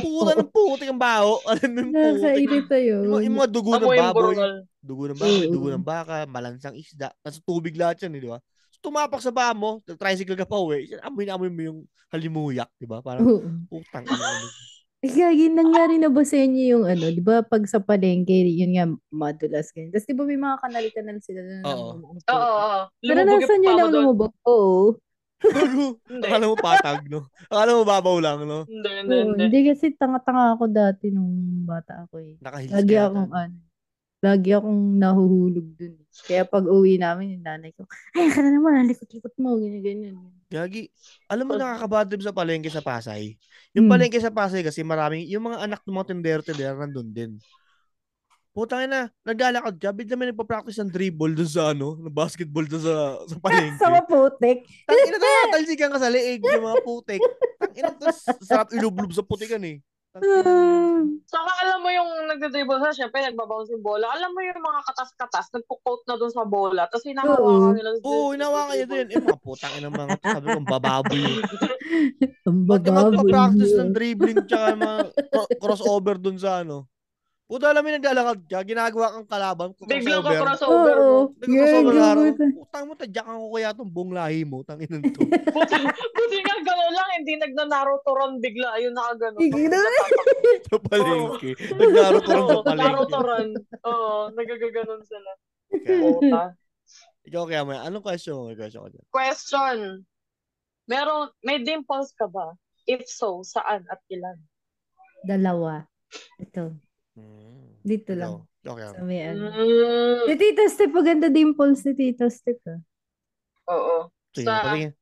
Speaker 1: Puta ng putik ang baho. Alam mo yung putik.
Speaker 2: Nakairita
Speaker 1: Yung, mga- yung
Speaker 2: yun.
Speaker 1: mga dugo ng
Speaker 3: Amoy yung
Speaker 1: baboy.
Speaker 3: burungal.
Speaker 1: Dugo ng baboy,
Speaker 2: Oo.
Speaker 1: dugo ng baka, malansang isda. Nasa tubig lahat yan, eh, di ba? So, tumapak sa baha mo, tricycle ka pa uwi, amoy na amoy mo yung halimuyak, di ba? Parang,
Speaker 2: Oo.
Speaker 1: putang. ina.
Speaker 2: Gagi, nangyari na ba sa inyo yung ano, di ba pag sa palengke, yun nga, madulas ganyan. Tapos di ba may mga kanal-kanal sila na
Speaker 1: Oo.
Speaker 2: namumuong
Speaker 3: Oo,
Speaker 2: tubig?
Speaker 3: oo.
Speaker 2: Pero
Speaker 3: Lumubog
Speaker 2: nasa nyo
Speaker 3: yung paa
Speaker 2: lang
Speaker 3: mo doon.
Speaker 2: lumubog? Oo.
Speaker 1: Gago.
Speaker 3: Hindi.
Speaker 1: Akala mo patag, no? Akala mo babaw lang, no?
Speaker 3: Hindi, hindi,
Speaker 2: Oo,
Speaker 3: hindi.
Speaker 2: Hindi kasi tanga-tanga ako dati nung bata ako eh.
Speaker 1: Nakahilis
Speaker 2: Lagi
Speaker 1: ka yata.
Speaker 2: akong ano. Lagi akong nahuhulog dun. eh. Kaya pag uwi namin, yung nanay ko, ay, ka na naman, likot-likot mo, ganyan-ganyan.
Speaker 1: Gagi. Alam mo,
Speaker 3: Oh.
Speaker 1: nakakabad trip sa palengke sa Pasay. Yung
Speaker 2: Hmm.
Speaker 1: palengke sa Pasay kasi maraming, yung mga anak ng mga tendero-tendero nandun din. Putang ina, naglalakad ka, bigla may nagpa-practice ng dribble doon sa ano, ng basketball doon sa, sa palengke.
Speaker 2: Sa maputik.
Speaker 1: Tang ina na, talsikan ka sa leeg, yung mga putik. Tang ina, tas sarap ilublob sa putikan eh. Tang ina.
Speaker 2: Ah.
Speaker 3: Saka alam mo yung nagdadribble siya, syempre nagbabounce yung bola. Alam mo yung mga katas-katas, nagpo-coat na dun sa bola. Tapos hinahawakan
Speaker 2: Oo.
Speaker 3: nila.
Speaker 1: Oo, inawa kayo din. Eh, mga putang ina mga to. Sabi ko, bababoy.
Speaker 2: Ang
Speaker 1: Ba't ka
Speaker 2: bababoy
Speaker 1: magpa-practice
Speaker 2: niyo.
Speaker 1: ng dribbling tsaka mga cro- crossover dun sa ano? Puta alam mo, yung naglalakad ka, ginagawa kang kalaban, crossover.
Speaker 3: Biglang ka-crossover mo.
Speaker 2: Oo.
Speaker 1: Biglang
Speaker 2: Yun,
Speaker 1: crossover
Speaker 2: yun,
Speaker 1: harap.
Speaker 2: puta.
Speaker 1: Putang mo, tadyakan ko kaya itong buong lahi mo. Tanginan to.
Speaker 3: Buti, buti nga gano'n lang, hindi nagnanaruto ron bigla. Ayun, nakagano.
Speaker 2: Hindi na.
Speaker 1: sa palengke. Naglaro ko rin sa
Speaker 3: Oo,
Speaker 1: palengke.
Speaker 3: nagnaruto ron. Oo, nagagaganon sila.
Speaker 1: Kaya,
Speaker 3: Puta.
Speaker 1: Ikaw kaya, may anong question mo? May question ko dyan.
Speaker 3: Question. Meron, may dimples ka ba? If so, saan at ilan?
Speaker 2: Dalawa. Ito.
Speaker 1: Hmm.
Speaker 2: Dito
Speaker 1: Ikaw.
Speaker 2: lang.
Speaker 1: Ikaw kaya.
Speaker 2: Sa may ano. Si
Speaker 3: Mm,
Speaker 2: Tito Step, maganda dimples ni Tito Step. ah.
Speaker 3: oo.
Speaker 1: Sige,
Speaker 3: Sa-
Speaker 1: patingin.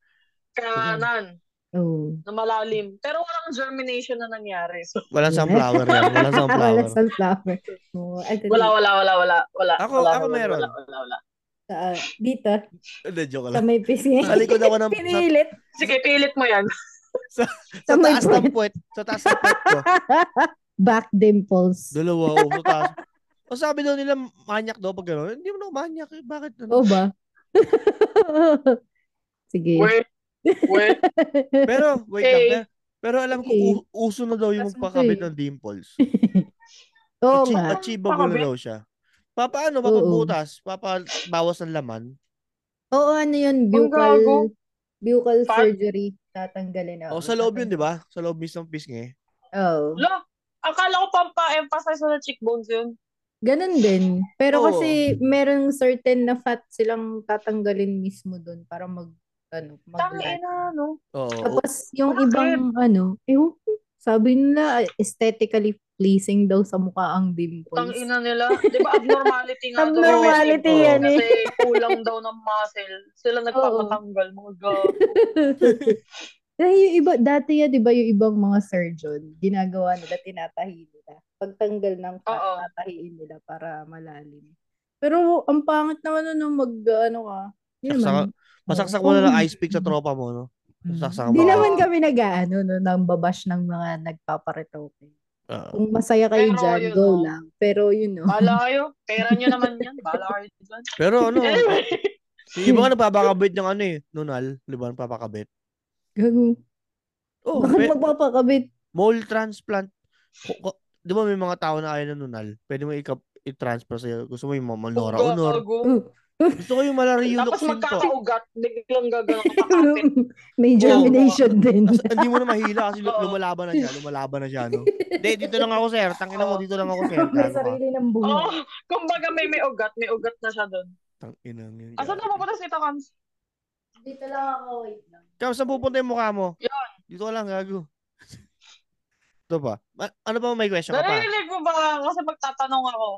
Speaker 3: Kanan,
Speaker 2: Oo.
Speaker 3: na malalim. Pero walang germination na nangyari. So,
Speaker 1: Walang sunflower yan. Walang sunflower.
Speaker 2: Walang sunflower. Oo. Ay, ito
Speaker 3: wala,
Speaker 2: dito.
Speaker 3: wala, wala, wala. wala
Speaker 1: Ako-
Speaker 3: wala,
Speaker 1: ako
Speaker 3: wala,
Speaker 1: meron.
Speaker 3: Wala, wala, wala.
Speaker 2: Ah, dito.
Speaker 1: Hindi, joke lang.
Speaker 2: Sa may pisngi.
Speaker 1: Sa likod ako ng... Sa,
Speaker 2: Pinilit.
Speaker 3: Sige, pilit mo yan.
Speaker 1: sa
Speaker 2: Sa may
Speaker 1: taas ng puwet. Sa taas ng puwet ko.
Speaker 2: Back dimples.
Speaker 1: Dalawa, oo. Sa taas. O sabi daw nila, manyak daw pag gano'n. Hindi mo na ako manyak. eh. Bakit? Ano?
Speaker 2: Oo ba? Sige.
Speaker 3: Wait, wait.
Speaker 1: Pero, wait
Speaker 3: Okay.
Speaker 1: lang. Pero, pero alam ko,
Speaker 2: Okay.
Speaker 1: u- uso na daw yung
Speaker 2: Kaso
Speaker 1: magpakabit
Speaker 2: ito eh.
Speaker 1: ng dimples.
Speaker 2: Oo
Speaker 1: Achi-
Speaker 2: nga.
Speaker 1: achievable na
Speaker 3: Pakabit?
Speaker 1: daw siya. Papa ano,
Speaker 2: Oo.
Speaker 1: papabutas, papabawas ng laman.
Speaker 2: Oo, ano yun?
Speaker 3: gago.
Speaker 2: Buccal, buccal
Speaker 3: Pa-
Speaker 2: surgery. Tatanggalin
Speaker 1: O, Oh, sa loob yun, di ba? Sa loob mismo ng pisngi.
Speaker 2: Oo.
Speaker 3: Lo, akala ko pampa-emphasize na cheekbones yun.
Speaker 2: Ganun din. Pero
Speaker 1: Oo.
Speaker 2: kasi merong certain na fat silang tatanggalin mismo doon para mag ano, mag
Speaker 3: Tangina, eh, no?
Speaker 1: Oo.
Speaker 2: Tapos yung
Speaker 3: Bakit?
Speaker 2: ibang ano, eh sabi nila aesthetically pleasing daw sa mukha ang dimples.
Speaker 3: Tangina nila. Di ba abnormality nga daw?
Speaker 2: Abnormality
Speaker 1: Oo.
Speaker 2: yan eh.
Speaker 3: Kasi kulang daw ng muscle. Sila nagpapatanggal.
Speaker 2: Oh.
Speaker 3: Mga gago.
Speaker 2: Dahil yung iba, dati yan, di ba yung ibang mga surgeon, ginagawa nila, tinatahi nila. Pagtanggal ng cut,
Speaker 3: Oo.
Speaker 2: tatahiin nila para malalim. Pero ang pangit naman nun, nung mag, ano ka, yun
Speaker 1: Saksak-
Speaker 2: naman.
Speaker 1: Pasaksak
Speaker 2: Oo.
Speaker 1: mo na ng ice pick sa tropa mo, no?
Speaker 2: Mm.
Speaker 1: saksak
Speaker 2: Di
Speaker 1: mo.
Speaker 2: naman kami nag-ano, no, nang babash ng mga nagpaparetoke.
Speaker 1: Oo.
Speaker 2: Kung masaya kayo
Speaker 3: Pero
Speaker 2: dyan,
Speaker 3: yun,
Speaker 2: go
Speaker 3: no.
Speaker 2: lang. Pero you know.
Speaker 3: Bala kayo. Pera nyo naman yan. Bala kayo dyan.
Speaker 1: pero ano,
Speaker 3: Anyway.
Speaker 1: yung iba nga nagpapakabit ng ano eh, nunal, di ba? Nagpapakabit.
Speaker 2: Gago.
Speaker 1: Oh,
Speaker 2: Bakit
Speaker 1: pe-
Speaker 2: magpapakabit?
Speaker 1: mole transplant. Ko- ko- Di ba may mga tao na ayaw ng nunal? Pwede mo ikap i-transfer sa'yo. Gusto mo yung mga Nora Honor.
Speaker 3: Gago.
Speaker 2: Uh,
Speaker 1: Gusto ko yung malaria
Speaker 3: Oh, Tapos
Speaker 1: Luxin po.
Speaker 3: magkakaugat. Biglang gagano kakapit.
Speaker 2: May
Speaker 3: Oh,
Speaker 2: germination din.
Speaker 1: Kasi hindi mo na mahila kasi lu-
Speaker 3: Oo.
Speaker 1: lumalaban na siya. Lumalaban na siya, no? Hindi, dito lang ako, sir. Tangina mo,
Speaker 3: Oo.
Speaker 1: dito lang ako, sir.
Speaker 2: May
Speaker 1: Gago ka.
Speaker 2: sarili ng bunga.
Speaker 3: Oh, kumbaga may may ugat. May ugat na siya doon.
Speaker 1: ah. Tangina mo yun.
Speaker 3: Asan na pupunta si Takams?
Speaker 2: Dito lang ako, wait lang.
Speaker 1: Kams, saan pupunta yung mukha mo?
Speaker 3: Yun.
Speaker 1: Dito ka lang, gago. Ito pa. Ma- ano pa may question ka pa?
Speaker 3: Narinig mo ba? Kasi magtatanong ako.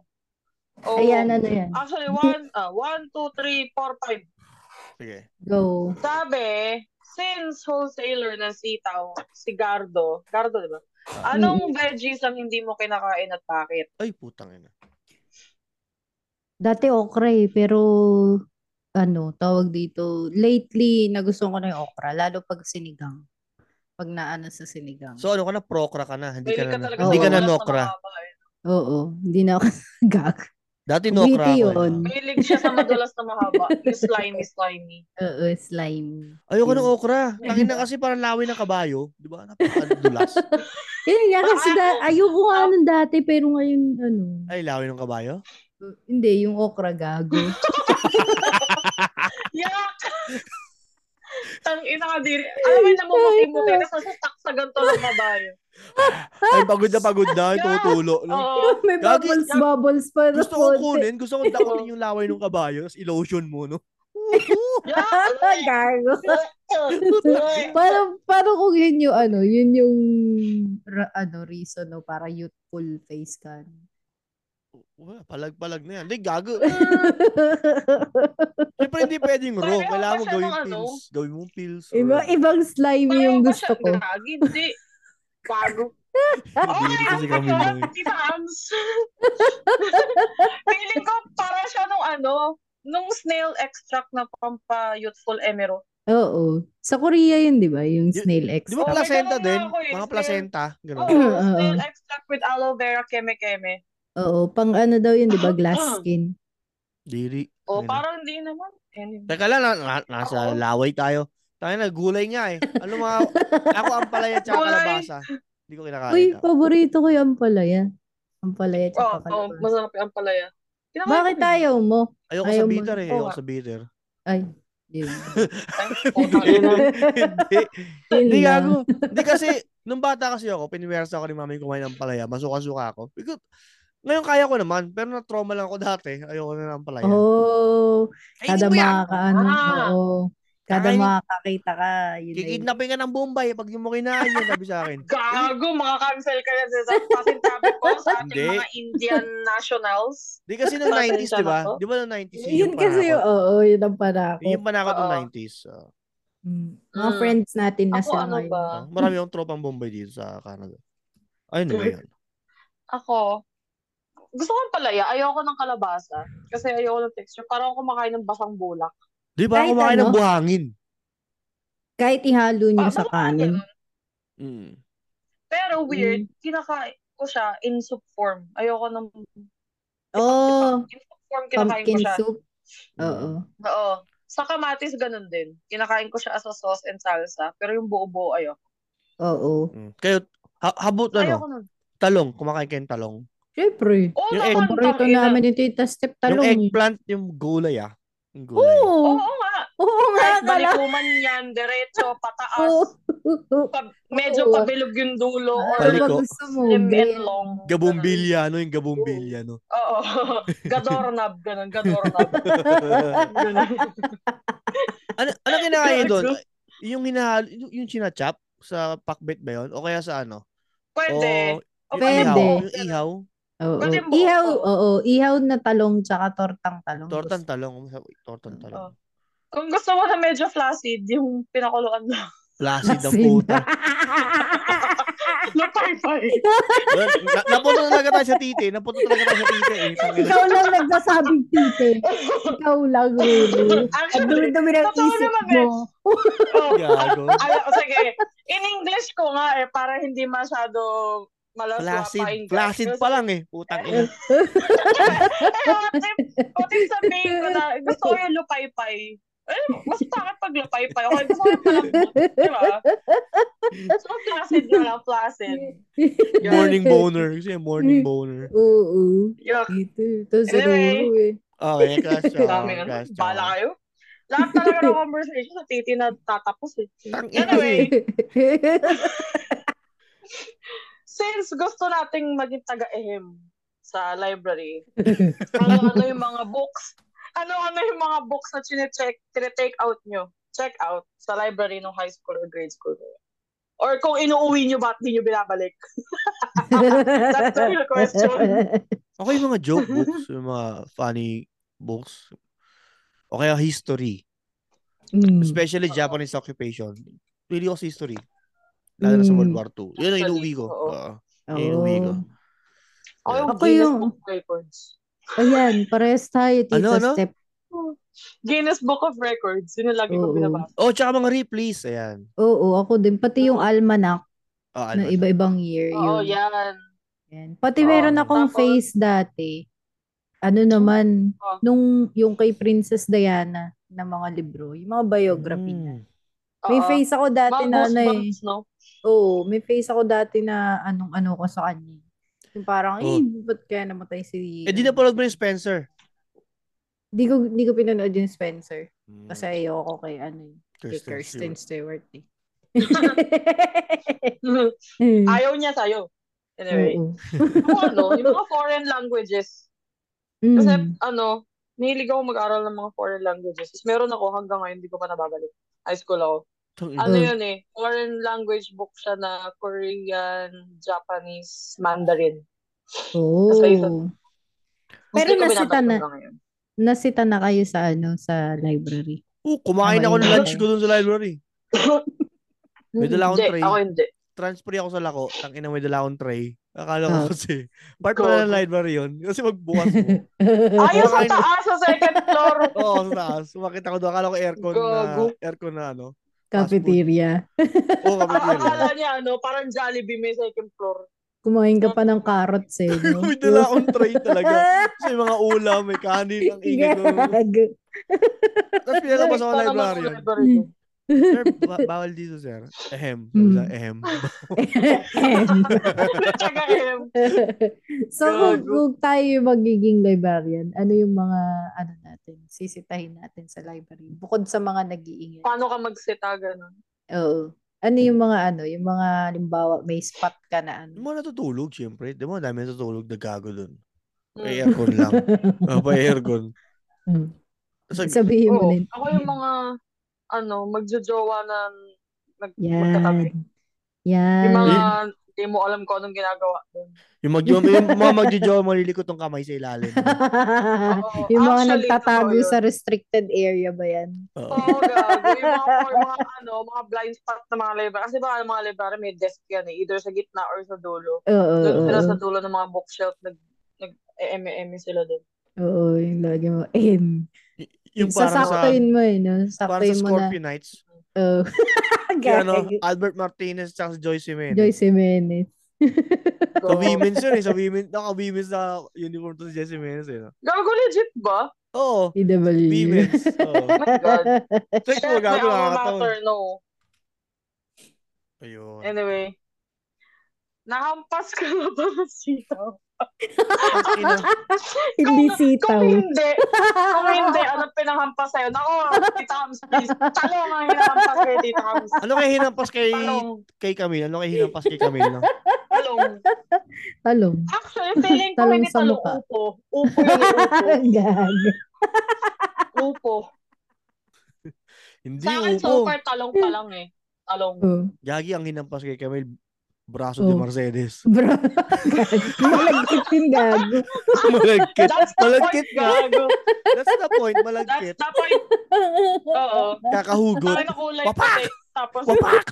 Speaker 3: Oh,
Speaker 2: Ayan, ano yan?
Speaker 3: Actually, one, ah, one, two, three, four, five.
Speaker 1: Sige.
Speaker 2: Go.
Speaker 3: Sabi, since wholesaler ng sitaw, si Gardo, Gardo, di ba?
Speaker 1: Hmm.
Speaker 3: Anong veggies ang hindi mo kinakain at bakit?
Speaker 1: Ay, putang ina.
Speaker 2: Dati okra eh, pero ano, tawag dito, lately nagustuhan ko na yung okra, lalo pag sinigang. Pag naano sa sinigang.
Speaker 1: So ano ka na, prokra ka na. Hindi ka
Speaker 3: Mahilig
Speaker 1: na,
Speaker 3: talaga
Speaker 1: hindi
Speaker 3: sa
Speaker 1: ka na
Speaker 3: ulam
Speaker 1: nokra.
Speaker 3: mababa eh.
Speaker 2: Oo, hindi na ako gag.
Speaker 1: Dati
Speaker 2: Witty
Speaker 1: nokra ako.
Speaker 2: yun.
Speaker 1: eh.
Speaker 3: Mahilig siya sa madulas na mahaba. Yung slimy, slimy.
Speaker 2: Oo, slime.
Speaker 1: Ayoko
Speaker 2: Yun.
Speaker 1: ng okra. Tangina kasi parang lawin ng kabayo. Di ba? Napakadulas.
Speaker 2: Yun nga kasi da- ayoko nga nun dati, pero ngayon, ano,
Speaker 1: Ay, lawin ng kabayo?
Speaker 2: hindi, yung okra gago.
Speaker 3: Yak! Tang ina ka diri. Alam mo yung namumuti-muti. Tapos nasasak sa ganito lang kabayo.
Speaker 1: Ay, pagod na pagod na. Tutulo. no?
Speaker 3: Oo.
Speaker 2: Oh,
Speaker 3: ano
Speaker 2: May
Speaker 1: Gagi,
Speaker 2: bubbles,
Speaker 1: gag-
Speaker 2: bubbles pa. na
Speaker 1: Gusto ko
Speaker 2: konti.
Speaker 1: kunin. Gusto ko dakulin yung laway ng kabayo. Tapos ilotion mo, no?
Speaker 3: Yak!
Speaker 2: Ah, Gago.
Speaker 3: Uy!
Speaker 2: parang, parang kung yun yung ano, yun yung ra- ano, reason no, para youthful face ka.
Speaker 1: Wala, palag-palag na yan. Hindi, gago. Siyempre, hindi pwedeng raw.
Speaker 3: Pareho
Speaker 1: Kailangan
Speaker 3: ba
Speaker 1: mo
Speaker 3: siya
Speaker 1: gawin
Speaker 3: ng ano?
Speaker 1: pills. Gawin mong pills. or-
Speaker 2: Iba, ibang slime yung
Speaker 3: Pareho ba
Speaker 2: gusto
Speaker 3: siya-
Speaker 2: ko.
Speaker 3: Gagi, Hindi. Bago.
Speaker 1: Hindi
Speaker 3: Okay,
Speaker 1: kasi
Speaker 3: ang
Speaker 1: kami eh. lang.
Speaker 3: pagkakas ni Tams. Feeling ko para siya nung ano, nung snail extract na pampa-youthful emero.
Speaker 2: Oo. Sa Korea yun, di ba? Yung
Speaker 1: Di-
Speaker 2: snail
Speaker 1: Di ba
Speaker 2: extract.
Speaker 3: pala-
Speaker 1: placenta
Speaker 3: ganun nga
Speaker 1: din?
Speaker 3: Oh, ako eh, Oh.
Speaker 1: Mga
Speaker 3: snail.
Speaker 1: placenta.
Speaker 3: Oo,
Speaker 1: Ganun.
Speaker 2: Oo.
Speaker 3: snail extract with aloe vera keme-keme.
Speaker 2: Oo. Pang ano daw yun, di ba? Glass skin.
Speaker 1: Diri.
Speaker 3: O,
Speaker 1: Ayun.
Speaker 3: Oh, parang hindi naman. Anyway.
Speaker 1: Teka lang, na- na- nasa
Speaker 3: Oo.
Speaker 1: laway tayo. Tayo na, gulay nga eh. Ano mga, ako ang palaya at
Speaker 3: Gulay.
Speaker 1: kalabasa. Hindi ko kinakain.
Speaker 2: Uy,
Speaker 1: ako.
Speaker 2: paborito ko yung ampalaya. Ampalaya
Speaker 3: Oo,
Speaker 2: tsaka
Speaker 3: oh,
Speaker 2: kalabasa.
Speaker 3: masarap yung palaya. Kinakain ko
Speaker 2: Bakit
Speaker 3: yun.
Speaker 2: ayaw mo?
Speaker 1: Ayoko
Speaker 2: Ayaw
Speaker 1: sa
Speaker 2: mo-
Speaker 1: bitter eh.
Speaker 3: Oo
Speaker 1: Ayoko
Speaker 3: nga.
Speaker 1: sa bitter.
Speaker 2: Ay, yun.
Speaker 3: Ay, okay na.
Speaker 1: Hindi.
Speaker 2: Yun
Speaker 1: Hindi
Speaker 2: lang.
Speaker 1: gago. Hindi kasi, nung bata kasi ako, piniwersa ako ni mami kumain ng palaya. Masuka-suka ako. Because, ngayon kaya ko naman, pero na-trauma lang ako dati. Ayoko na ng palaya.
Speaker 2: Oh, kada makakaano.
Speaker 3: Ah.
Speaker 2: Oo. Kada
Speaker 1: Kakainin-
Speaker 2: makakakita ka. Yun na yun.
Speaker 1: Kikidnapin ka ng Bombay pag yung mo kinain yun, sabi sa akin.
Speaker 3: Gago, makakancel ka na sa pasintabi ko sa ating
Speaker 1: Hindi.
Speaker 3: mga Indian nationals.
Speaker 1: Di kasi nung 90s, di ba?
Speaker 3: Pasensya na po.
Speaker 1: Di ba nung 90s? Yun,
Speaker 2: Yun
Speaker 1: yung
Speaker 2: kasi,
Speaker 1: panahon.
Speaker 2: oo, yun ang panakot.
Speaker 1: Yun yung panakot ng
Speaker 3: Oo.
Speaker 1: 90s. ah.
Speaker 2: Mm. Mga
Speaker 3: Mm.
Speaker 2: friends natin na
Speaker 3: Ako
Speaker 2: sila
Speaker 3: ano
Speaker 2: ngayon.
Speaker 3: ba?
Speaker 1: Ah, Marami akong tropang Bombay dito sa Canada. Ayun na ba yun?
Speaker 3: Ako, gusto ko ng palaya. Ayoko ng kalabasa. Kasi ayoko ng texture. Parang ako kumakain ng basang bulak.
Speaker 1: Di ba
Speaker 2: Kahit
Speaker 1: kumain ng
Speaker 2: ano?
Speaker 1: buhangin?
Speaker 2: Kahit ihalo nyo
Speaker 3: Ah,
Speaker 2: sa
Speaker 3: bakit
Speaker 2: kanin. Hmm.
Speaker 3: ganun? Pero weird, kinakain ko siya in soup form. Ayoko ng...
Speaker 2: Oh,
Speaker 3: In soup form, kinakain
Speaker 2: pumpkin
Speaker 3: ko siya. Mm.
Speaker 2: soup. Oo.
Speaker 3: Oo. Sa kamatis, ganun din. Kinakain ko siya as a sauce and salsa. Pero yung buo-buo, ayoko.
Speaker 2: Oo.
Speaker 1: Mm. Kayo, ha- habot ano?
Speaker 3: Ayoko nun.
Speaker 1: Talong. Kumakain kayo ng talong.
Speaker 2: Siyempre.
Speaker 3: Oo
Speaker 1: Yung
Speaker 3: naman,
Speaker 2: Paborito
Speaker 3: tangina.
Speaker 2: namin yung tita
Speaker 1: Yung
Speaker 2: step talong.
Speaker 1: eggplant, yung gulay ah. Yung gulay.
Speaker 2: Oo.
Speaker 3: Oo nga.
Speaker 2: Oo nga
Speaker 3: Kahit
Speaker 2: kala.
Speaker 3: balikuman yan, diretso, pataas.
Speaker 2: Oo.
Speaker 3: pa- medyo
Speaker 2: Oo.
Speaker 3: pabilog yung dulo or
Speaker 1: Balik
Speaker 2: Ano ba
Speaker 1: Paliko.
Speaker 2: gusto mo?
Speaker 3: slim and
Speaker 2: Ben?
Speaker 3: long.
Speaker 1: Gabumbilya, ano yung gabumbilya, no?
Speaker 3: Ganun. Oo. Gadornab, ganun. Gadornab. Ganun.
Speaker 1: ano, ano kinakain
Speaker 3: Gago.
Speaker 1: doon? Yung hinahal, yung, yung chinachap sa pakbet ba yun? O kaya sa ano?
Speaker 3: Pwede.
Speaker 1: O yung
Speaker 2: Pwede.
Speaker 1: ihaw? Yung ihaw?
Speaker 2: Oo.
Speaker 3: Pwede mo.
Speaker 2: Ihaw,
Speaker 3: Oo.
Speaker 2: oo. Ihaw na talong tsaka tortang talong.
Speaker 1: Tortan
Speaker 2: Gusto. Oh.
Speaker 1: talong. Tortan talong.
Speaker 3: Kung gusto mo na medyo flaccid, yung pinakuluan mo.
Speaker 1: Placid ang
Speaker 2: Asin.
Speaker 1: puta.
Speaker 3: Napay-pay.
Speaker 1: Well, na, napunta talaga tayo sa titi. Napunta talaga tayo sa titi. Eh. Tangina.
Speaker 2: Ikaw lang nagsasabing tite. Ikaw lang, Ruru. Ang
Speaker 3: Actually,
Speaker 2: dumi-dumi ng
Speaker 3: totoo
Speaker 2: isip
Speaker 3: naman eh.
Speaker 2: mo.
Speaker 3: oh,
Speaker 1: Gago.
Speaker 3: Ay, oh, sige. In English ko nga eh, para hindi masyado malaswa
Speaker 1: Placid.
Speaker 3: pa English.
Speaker 1: Placid pa lang eh. Putang ina.
Speaker 3: eh, what if, what if sabihin ko na, gusto ko yung lupay-pay. Eh, mas pangit pag lupay-pay. Okay, gusto ko yung malambot, di ba? So, placid na lang, placid.
Speaker 1: Morning boner. Kasi morning
Speaker 3: Mm.
Speaker 1: boner.
Speaker 2: Oo.
Speaker 3: Yuck.
Speaker 2: Ito. Ito si
Speaker 3: Anyway.
Speaker 2: Ruru eh.
Speaker 1: Okay, class
Speaker 3: Ang
Speaker 1: chow.
Speaker 3: Dami na.
Speaker 1: Class chow.
Speaker 3: Bala kayo. Lahat talaga ng conversation sa titi na tatapos eh.
Speaker 1: Tang ina.
Speaker 3: Anyway, since gusto nating maging taga-ehem sa library, ano ano yung mga books, ano ano yung mga books na chinecheck, tine-take out nyo, check out sa library ng high school or grade school kayo? Or kung inuuwi nyo, ba't di nyo binabalik? That's the real question.
Speaker 1: Okay, yung mga joke books. Yung mga funny books. O kaya history.
Speaker 2: Mm.
Speaker 1: Especially Japanese occupation. Pili ko sa history. Lalo na sa
Speaker 2: Mm.
Speaker 1: World War II. Yun ang
Speaker 3: Actually,
Speaker 1: inuwi ko.
Speaker 3: oo.
Speaker 1: Oo. inuwi ko.
Speaker 2: Oo.
Speaker 3: Ako yung
Speaker 2: Ako
Speaker 3: Guinness
Speaker 2: yung-
Speaker 3: Book of Records.
Speaker 2: Ayan, parehas tayo, Tita
Speaker 1: Ano, ano?
Speaker 2: Step.
Speaker 3: Guinness Book of Records, yun ang lagi
Speaker 2: Oo.
Speaker 3: ko binabasa.
Speaker 1: Oh, tsaka mga replays. Ayan.
Speaker 2: Oo, ako din. Pati
Speaker 1: Ano?
Speaker 2: yung almanac
Speaker 1: Oh,
Speaker 2: na iba-ibang year. yun.
Speaker 3: Oo, Oh, yan.
Speaker 2: Yan. Pati
Speaker 1: Oo.
Speaker 2: meron akong
Speaker 3: Tapos- Oh.
Speaker 2: face dati. Ano naman,
Speaker 3: Oo.
Speaker 2: nung yung kay Princess Diana na mga libro, yung mga biography
Speaker 1: Mm. Hmm.
Speaker 2: niya. May
Speaker 3: Oo.
Speaker 2: face ako dati
Speaker 3: Mga
Speaker 2: na ano eh.
Speaker 3: goosebumps, no?
Speaker 2: Oo, may face ako dati na anong-ano ko sa kanya. Yung parang,
Speaker 1: Oo.
Speaker 2: eh, ba't kaya namatay si...
Speaker 1: Oh. Eh, di na panood mo yung Spencer.
Speaker 2: Di ko, di ko pinanood yung Spencer.
Speaker 1: Hmm.
Speaker 2: Kasi ayoko kay ano eh, kay Kirsten Stewart eh.
Speaker 3: Ayaw niya sa'yo. Anyway.
Speaker 2: Oo.
Speaker 3: Yung ano, yung mga foreign languages. Kasi
Speaker 2: Mm.
Speaker 3: ano, nihilig ako mag-aral ng mga foreign languages. Tapos meron ako hanggang ngayon, hindi ko pa nababalik. High school ako. Ano
Speaker 2: Mm.
Speaker 3: yun eh, foreign language book siya na Korean, Japanese, Mandarin.
Speaker 2: Oo.
Speaker 3: Kasi isa- Hindi
Speaker 2: Pero
Speaker 3: ko
Speaker 2: nasita
Speaker 3: binabato
Speaker 2: na-
Speaker 3: hanggang ngayon.
Speaker 2: Nasita na kayo sa ano sa library.
Speaker 1: Oo, kumain
Speaker 2: Tama
Speaker 1: ako ng
Speaker 2: yun.
Speaker 1: lunch ko dun sa library.
Speaker 2: Hmm.
Speaker 1: May dala akong
Speaker 3: Hindi,
Speaker 1: tray.
Speaker 3: ako hindi.
Speaker 1: Transfer ako sa lako. Tang ina may dala akong tray. Akala ko
Speaker 2: Oh.
Speaker 1: kasi. Part pala ng library yun. Kasi magbukas mo.
Speaker 3: Ayos sa
Speaker 1: Kumakain-
Speaker 3: taas, sa second floor.
Speaker 1: Oo, sa taas. Sumakit ako doon. Akala ko aircon
Speaker 3: Gago.
Speaker 1: na, aircon na ano.
Speaker 2: Cafeteria.
Speaker 1: Oo, kapatid.
Speaker 3: Akala niya, ano, parang Jollibee may second floor.
Speaker 2: Kumain ka pa ng carrots eh. No?
Speaker 1: May dala akong tray talaga. Kasi may mga ulam, may kanin, ang ingay ko.
Speaker 2: Gago.
Speaker 1: Tapos pinalabas ako ng
Speaker 3: Parang
Speaker 1: library yun.
Speaker 3: library
Speaker 2: Hmm.
Speaker 3: yun.
Speaker 1: Sir, ba- bawal dito, sir. Ehem. Sabi
Speaker 2: Mm.
Speaker 1: sa ehem.
Speaker 3: Nagtaga him.
Speaker 2: so, kung, kung tayo yung magiging librarian, ano yung mga, ano natin, sisitahin natin sa library? Bukod sa mga nag-iingay.
Speaker 3: Paano ka magsita, ganun?
Speaker 2: Oo. Ano yung mga, ano, yung mga, limbawa, may spot ka na,
Speaker 1: Di
Speaker 2: ano.
Speaker 1: mo natutulog, syempre. Di mo, ang dami natutulog na gago dun. May
Speaker 3: Mm.
Speaker 1: aircon lang. Ah, may aircon.
Speaker 2: Hmm.
Speaker 1: Sa,
Speaker 2: Sabihin mo
Speaker 3: Oo.
Speaker 2: din.
Speaker 3: Ako yung mga, ano, magjojowa na nag magkatabi.
Speaker 2: Yan. Yan.
Speaker 3: Yung mga, hindi mo alam kung anong ginagawa doon.
Speaker 1: yung, mag, yung, yung mga magjo malilikot ang kamay sa ilalim.
Speaker 3: Oo,
Speaker 2: Ah, yung mga
Speaker 3: actually,
Speaker 2: nagtatago
Speaker 3: totoo yun.
Speaker 2: sa restricted area ba yan?
Speaker 1: Oo.
Speaker 3: Oo, gago. Yung mga, or mga, ano, mga blind spot ng mga library. Kasi baka yung mga library may desk yan eh. Either sa gitna or sa dulo.
Speaker 2: Oo.
Speaker 3: Doon
Speaker 2: oo,
Speaker 3: sila
Speaker 2: oo.
Speaker 3: sa dulo ng mga bookshelf. Nag, nag eme sila doon.
Speaker 2: Oo, yung lagi mo. Ahem.
Speaker 1: Y- yung
Speaker 2: Yung
Speaker 1: parang sa,
Speaker 2: Sasaktuin mo eh, no?
Speaker 1: parang sa
Speaker 2: Saktuin mo na.
Speaker 1: Scorpion Nights.
Speaker 2: Oo.
Speaker 1: Yung
Speaker 3: eh,
Speaker 1: ano,
Speaker 2: Gag.
Speaker 1: Albert Martinez tsaka si Joyce Jimenez.
Speaker 2: Joyce Jimenez.
Speaker 1: Sa women's yun eh. Sa women, naka women's na uniform to si Joyce Jimenez eh. no?
Speaker 3: Gago legit ba?
Speaker 1: Oo.
Speaker 2: E EW.
Speaker 1: Women's. Oo.
Speaker 3: my God.
Speaker 1: Kahit
Speaker 3: Shit,
Speaker 1: yung
Speaker 3: my
Speaker 1: gago
Speaker 3: alma
Speaker 1: nakakataon.
Speaker 3: mater, no.
Speaker 1: Ayun.
Speaker 3: Anyway. Nahampas ka na ba ng sitaw?
Speaker 1: Ang ina.
Speaker 2: Hindi sitaw.
Speaker 3: Kung hindi, kung hindi, ano pinahampas sa'yo? Nako, Tita Hams, please. Talong ang hinahampas kay Tita Hams.
Speaker 1: Ano kay hinampas kay
Speaker 3: Talong.
Speaker 1: kay Camille? Ano kay hinampas kay Camille? no?
Speaker 3: Talong.
Speaker 2: Talong.
Speaker 3: Actually, feeling ko
Speaker 2: Talong
Speaker 3: hindi
Speaker 2: sa
Speaker 3: talong
Speaker 2: mukha.
Speaker 3: upo. Upo yun eh,
Speaker 2: Gag.
Speaker 3: upo. Upo.
Speaker 1: Hindi
Speaker 3: Sa akin, so
Speaker 1: upo.
Speaker 3: far, talong pa lang eh. Talong.
Speaker 2: Oh.
Speaker 1: Gagi ang hinampas kay Camille. Braso de
Speaker 2: Oh.
Speaker 1: Mercedes.
Speaker 2: Bro. Gag. Malagkit yung gago.
Speaker 1: malagkit.
Speaker 3: That's the point,
Speaker 1: Malagkit nga.
Speaker 3: gago.
Speaker 1: That's the point.
Speaker 3: That's
Speaker 1: Malagkit.
Speaker 3: the point. Oo. Tangin
Speaker 1: Kakahugot.
Speaker 3: na kulay
Speaker 1: Wapak!
Speaker 3: puti. Tapos,
Speaker 1: Wapak!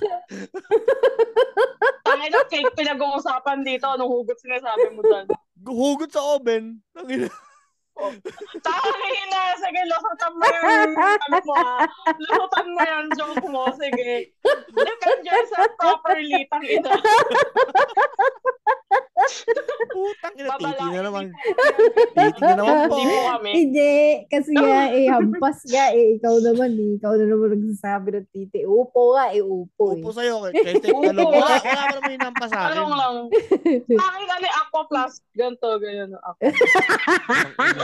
Speaker 3: tangin na cake pinag-uusapan dito. Anong hugot sinasabi mo dyan?
Speaker 1: Hugot sa oven. Ang ina.
Speaker 3: Tangin na! Sige, lusutan mo yun. Ano mo ah. Lusutan mo yung joke mo. Sige. Defend yourself properly. Tangin na.
Speaker 1: Putang ina. Titi na naman.
Speaker 3: Titi
Speaker 1: na naman po.
Speaker 3: Hindi mo kami.
Speaker 2: Hindi. Kasi nga, eh, hampas nga, eh, ikaw naman, eh, ikaw na naman nagsasabi ng titi. Upo nga, eh, upo. Eh.
Speaker 1: Upo sa'yo. Kay Steve,
Speaker 3: Upo.
Speaker 1: talong. Wala, wala ka naman hinampas sa akin.
Speaker 3: Talong lang. Tangin na ni Aqua Plus. Ganto, ganyan. Aqua.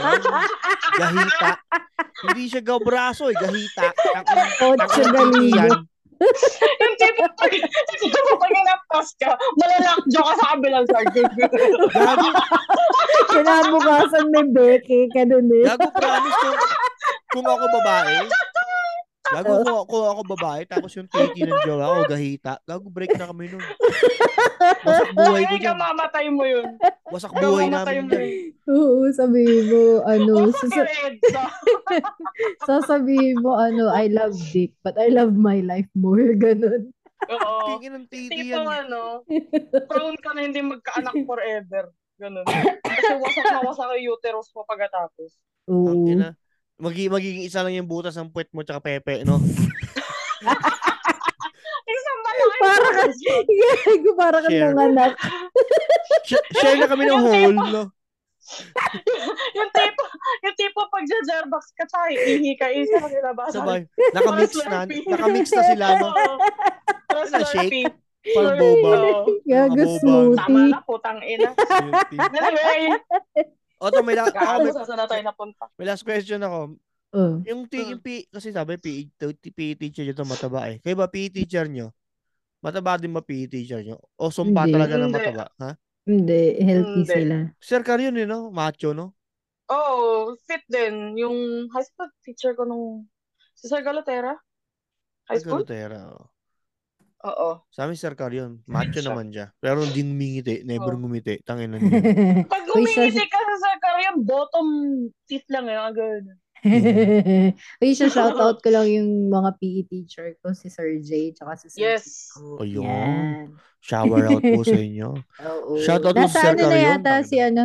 Speaker 1: Ang ina. Gahita. Hindi siya gabraso eh. Gahita. Ang ina.
Speaker 2: Ocho galigo.
Speaker 3: Yung tipo pag, yung tipo pag inapos ka, malalakjo ka sa kabilang side.
Speaker 1: Gago.
Speaker 2: Kinabukasan may beke, ganun eh.
Speaker 1: Gago promise kung, kung ako babae. Gago kung, kung ako babae, tapos yung tiki ng jowa ko, gahita. Gago break na kami nun. Wasak buhay ko
Speaker 3: Ay,
Speaker 1: dyan.
Speaker 3: kamamatay mo yun.
Speaker 1: Wasak buhay
Speaker 3: Kamamatay
Speaker 1: namin
Speaker 3: mo
Speaker 1: dyan.
Speaker 3: yun.
Speaker 2: Oo, sabihin mo, ano,
Speaker 3: Wasak
Speaker 2: sasa-
Speaker 3: yun, Edsa.
Speaker 2: sasabihin mo, ano, I love dick, but I love my life more, ganun.
Speaker 3: Oo.
Speaker 1: Tiki ng titi yan.
Speaker 3: Tipo ano, prone ka na hindi magkaanak forever. Ganun. Kasi wasak na wasak yung uterus mo pagkatapos.
Speaker 1: Ang
Speaker 2: Oo.
Speaker 1: ina. Magi magiging isa lang yung butas ng puwet mo tsaka pepe, no?
Speaker 3: Isang malaki.
Speaker 2: Para ka, yeah, para ka
Speaker 1: Share.
Speaker 2: nanganak.
Speaker 1: Sh- share na kami ng hole, no?
Speaker 3: yung tipo, yung tipo pag jerbox ka tsaka ihi ka, isa ka nilabasan.
Speaker 1: Sabay. Nakamix na. Nakamix na sila, no?
Speaker 3: Tapos
Speaker 1: Wala,
Speaker 3: slurpee.
Speaker 1: Pang boba.
Speaker 2: Gago
Speaker 1: Mga boba.
Speaker 3: Tama
Speaker 2: smoothie.
Speaker 3: na, putang ina.
Speaker 1: Silty.
Speaker 3: Anyway,
Speaker 1: O, to, may, la- ako,
Speaker 3: gaano
Speaker 1: may,
Speaker 3: sa sana tayo napunta.
Speaker 1: may last question ako.
Speaker 2: Oh.
Speaker 1: Yung, t-
Speaker 3: Mm.
Speaker 1: yung P, kasi sabi, PE, to- t- PE teacher nyo to mataba eh. Kayo ba, PE teacher nyo? Mataba din ba PE teacher nyo? O sumpa
Speaker 2: Hindi.
Speaker 1: talaga na
Speaker 3: Hindi.
Speaker 1: mataba? Ha?
Speaker 2: Hindi, healthy
Speaker 3: Hindi.
Speaker 2: sila.
Speaker 1: Sir Kar yun, eh, no? Macho, no?
Speaker 3: Oo, oh, fit din. Yung high school teacher ko nung... Si Sir Galatera? High school?
Speaker 1: Galotera. oh.
Speaker 3: Oo.
Speaker 1: Sa amin, Sir Carl yun. Macho naman siya. Pero hindi ngumingiti. Never
Speaker 3: Oh.
Speaker 1: ngumiti. Tangin na niya.
Speaker 3: Pag
Speaker 6: Uy, siya-
Speaker 3: umingiti ka sa sakar, yung bottom teeth lang yun. Ang ganun.
Speaker 6: Uy, siya shoutout ko lang yung mga PE teacher ko, si Sir Jay, tsaka si Sir
Speaker 3: Yes.
Speaker 6: Chico.
Speaker 1: Ayun.
Speaker 6: Yan.
Speaker 1: Shower out po sa inyo.
Speaker 6: Oo.
Speaker 1: Shoutout mo
Speaker 6: nasa
Speaker 1: si Sir
Speaker 6: ano na
Speaker 1: Carrion,
Speaker 6: yata
Speaker 1: tangina.
Speaker 6: si ano,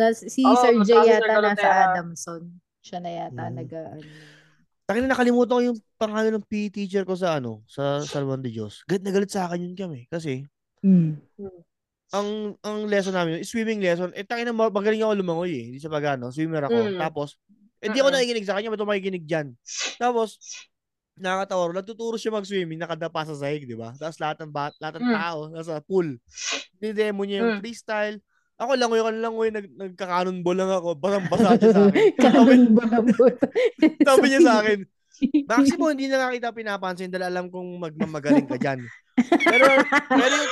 Speaker 6: nas, si
Speaker 3: Oo,
Speaker 6: Sir Jay
Speaker 3: nasa si
Speaker 6: yata
Speaker 3: Sir
Speaker 6: nasa
Speaker 3: Carrion.
Speaker 6: Adamson. Siya na yata
Speaker 1: Mm.
Speaker 6: nag ano.
Speaker 1: Tangin na nakalimutan ko yung pangalan ng PE teacher ko sa ano, sa Salwan de Diyos. Galit na galit sa akin yun kami. Kasi, Hmm.
Speaker 2: Mm.
Speaker 1: ang ang lesson namin, yun, swimming lesson, eh tangin na magaling ako lumangoy eh. Hindi sa pagano, swimmer ako.
Speaker 3: Mm.
Speaker 1: Tapos, eh di ako
Speaker 3: Mm-mm.
Speaker 1: nakikinig sa kanya, ba't ako makikinig dyan? Tapos, nakakatawa, rin, nagtuturo siya mag-swimming, nakadapa sa sahig, di ba? Tapos lahat ng, bat, lahat ng
Speaker 3: Mm.
Speaker 1: tao, nasa pool. Dinidemo niya yung
Speaker 3: Mm.
Speaker 1: freestyle. Ako langoy ka langoy, nag, nagka-cannonball lang ako, basang-basa siya sa akin. Sabi,
Speaker 6: Kanon ba na po?
Speaker 1: sabi niya sa akin, Maximo, hindi na nga kita pinapansin dahil alam kong magmamagaling ka dyan. Pero, pero yung,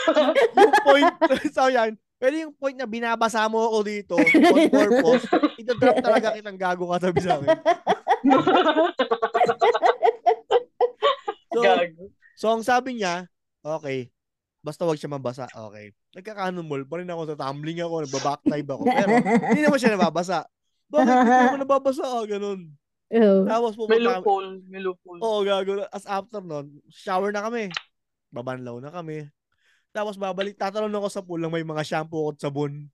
Speaker 1: yung point, sa yan, pero yung point na binabasa mo ako dito, on purpose, ito drop talaga kitang gago ka sabi sa akin. So,
Speaker 3: Gago.
Speaker 1: so ang sabi niya, okay, basta wag siya mabasa, okay. Nagka-cannonball pa rin ako sa tumbling ako, nagbabackdive ako, pero hindi naman siya nababasa. Bakit hindi naman nababasa? Ah, ganun.
Speaker 6: Oo.
Speaker 1: Tapos
Speaker 3: May
Speaker 1: pupunta kami-
Speaker 3: loophole. May loophole.
Speaker 1: Oo, gago. As after nun, shower na kami. Babanlaw na kami. Tapos babalik, tatalon ako sa pool lang may mga shampoo at sabon.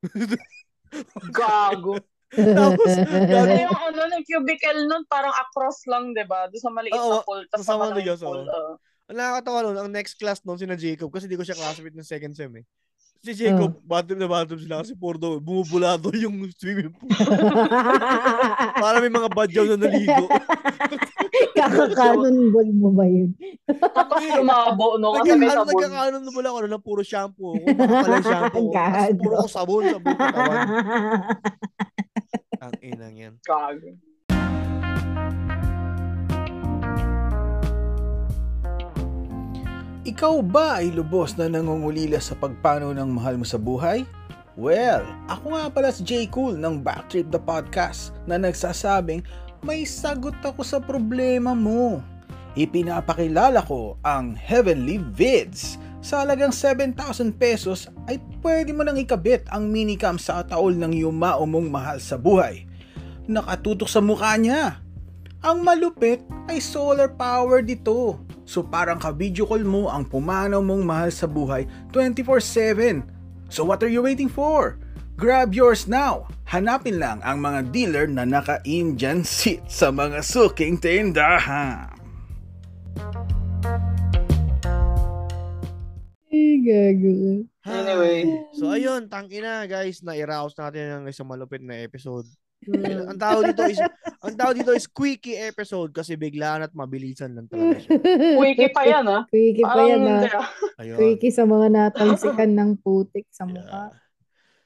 Speaker 3: Gago.
Speaker 1: Tapos,
Speaker 3: Kasi
Speaker 1: gago.
Speaker 3: yung ano, yung cubicle nun, parang across lang, di ba? Doon sa maliit
Speaker 1: Oo,
Speaker 3: na pool. Tapos
Speaker 1: sa
Speaker 3: sa
Speaker 1: mga
Speaker 3: malaking
Speaker 1: Diyos,
Speaker 3: pool.
Speaker 1: oo.
Speaker 3: oo.
Speaker 1: Ang nakakatawa nun, ang next class nun, sina Jacob, kasi di ko siya classmate ng second sem eh. Si Jacob, bathroom na bathroom sila kasi puro daw, bumubulado yung swimming pool. Para may mga badyaw na naligo.
Speaker 6: Kakakanonball mo ba yun?
Speaker 3: Tapos lumabo, no? Kasi may
Speaker 1: Nagkakaano,
Speaker 3: sabon.
Speaker 1: nagkakaano na pala ako na puro shampoo. Kung makapala yung shampoo. ko. Tapos
Speaker 6: Gago.
Speaker 1: puro ko sabon sa buong katawan. Ang inang yan.
Speaker 3: Gago.
Speaker 7: Ikaw ba ay lubos na nangungulila sa pagpano ng mahal mo sa buhay? Well, ako nga pala si J. Cool ng Backtrip the Podcast na nagsasabing may sagot ako sa problema mo. Ipinapakilala ko ang Heavenly Vids. Sa halagang 7,000 pesos ay pwede mo nang ikabit ang minicam sa ataol ng yumao mong mahal sa buhay. Nakatutok sa mukha niya. Ang malupit ay solar power dito. So parang ka-video call mo ang pumanaw mong mahal sa buhay 24-7. So what are you waiting for? Grab yours now! Hanapin lang ang mga dealer na naka-Indian seat sa mga suking tindahan.
Speaker 6: Ay, gago.
Speaker 3: Anyway.
Speaker 1: So ayun, tangina guys, na-arouse natin ang isang malupit na episode. Ano, ang tao dito is ang tao dito is quickie episode kasi biglaan at mabilisan lang talaga siya.
Speaker 3: Wiki pa yan, ha?
Speaker 6: Quickie pa
Speaker 3: Parang
Speaker 6: yan ah.
Speaker 3: hindi, ah.
Speaker 1: Ayun.
Speaker 6: Quickie sa mga natalsikan ng putik sa
Speaker 1: Yeah.
Speaker 6: mukha.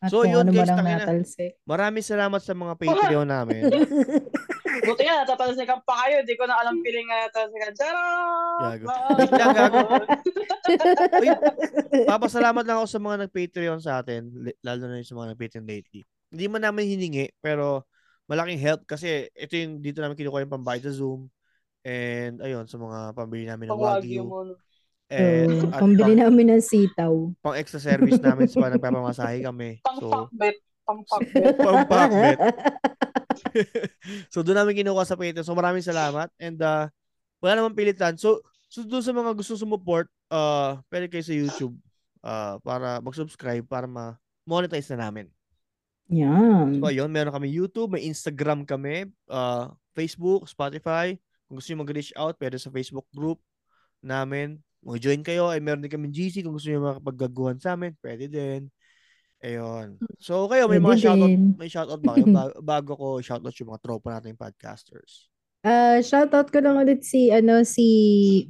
Speaker 6: At
Speaker 1: So,
Speaker 6: kung
Speaker 1: yun,
Speaker 6: ano man
Speaker 1: guys,
Speaker 6: ang
Speaker 1: tangina.
Speaker 6: natalsik.
Speaker 1: Maraming salamat sa mga Patreon namin.
Speaker 3: Buti yan, natatalsikan pa kayo. Di ko na alam piling nga natatalsikan. Charot!
Speaker 1: Gago.
Speaker 3: Bye!
Speaker 1: Yan, gago. Uy, papasalamat lang ako sa mga nag-Patreon sa atin, li- lalo na yung sa mga nag-Patreon lately. Hindi man namin hiningi, pero malaking help kasi ito yung dito namin kinukuha yung pambayad sa Zoom and ayun sa mga pambili namin ng Wagyu
Speaker 3: Pag-wagyu mo. no?
Speaker 1: and
Speaker 6: Oo,
Speaker 1: Eh, at
Speaker 6: Mm, pambili
Speaker 1: pang-
Speaker 6: namin ng sitaw.
Speaker 1: pang extra service namin sa pag nagpapamasahe kami. So,
Speaker 3: Pang-fuckbet. Pang-fuckbet.
Speaker 1: Pampakbet. so doon namin kinuha sa Patreon. So maraming salamat and uh, wala namang pilitan. So, so doon sa mga gusto sumuport, uh, pwede kayo sa YouTube uh, para mag-subscribe para ma-monetize na namin.
Speaker 6: Yan.
Speaker 1: So ayun, meron kami YouTube, may Instagram kami, uh, Facebook, Spotify. Kung gusto nyo mag-reach out, pwede sa Facebook group namin. Mag-join kayo. Ay, meron din kami GC. Kung gusto nyo makapaggaguhan sa amin, pwede din. Ayun. So, kayo, may
Speaker 6: Pwede
Speaker 1: mga shoutout,
Speaker 6: din.
Speaker 1: may shoutout ba kayo Ba- bago ko shoutout yung mga tropa nating podcasters?
Speaker 6: Ah, shoutout ko lang ulit si ano si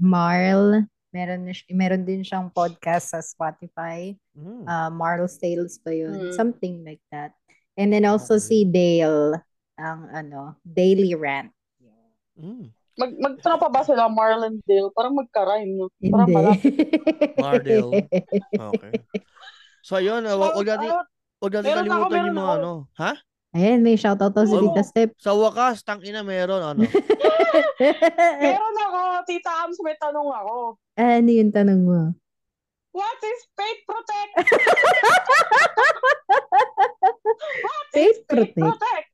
Speaker 6: Marl. Meron na siya- meron din siyang podcast sa Spotify.
Speaker 1: Mm.
Speaker 3: Hmm,
Speaker 6: Ah, Marl's Tales ba 'yun?
Speaker 3: Mm.
Speaker 6: Something like that. And then also si
Speaker 1: Okay.
Speaker 6: Dale ang ano, Daily Rant.
Speaker 1: Mm.
Speaker 3: Mag magtropa ba sila Marlon Dale? Parang magka-rhyme, no? Parang
Speaker 6: Hindi.
Speaker 3: malapit.
Speaker 1: Mardell. Okay. So, ayun. Uh, wag, wag natin,
Speaker 3: Shout out.
Speaker 1: wag natin
Speaker 3: Meron ako,
Speaker 1: kalimutan yung
Speaker 3: meron
Speaker 1: mga
Speaker 3: ako.
Speaker 1: ano. Ha?
Speaker 6: Ayan, may shoutout daw si
Speaker 1: Oo.
Speaker 6: Tita Step.
Speaker 1: Sa wakas, tangina meron. Ano?
Speaker 3: Meron ako, Tita Ams, may tanong ako.
Speaker 6: ano yung tanong mo?
Speaker 3: What is fate protect? What
Speaker 2: Fate
Speaker 3: is fate
Speaker 2: protect?
Speaker 3: protect?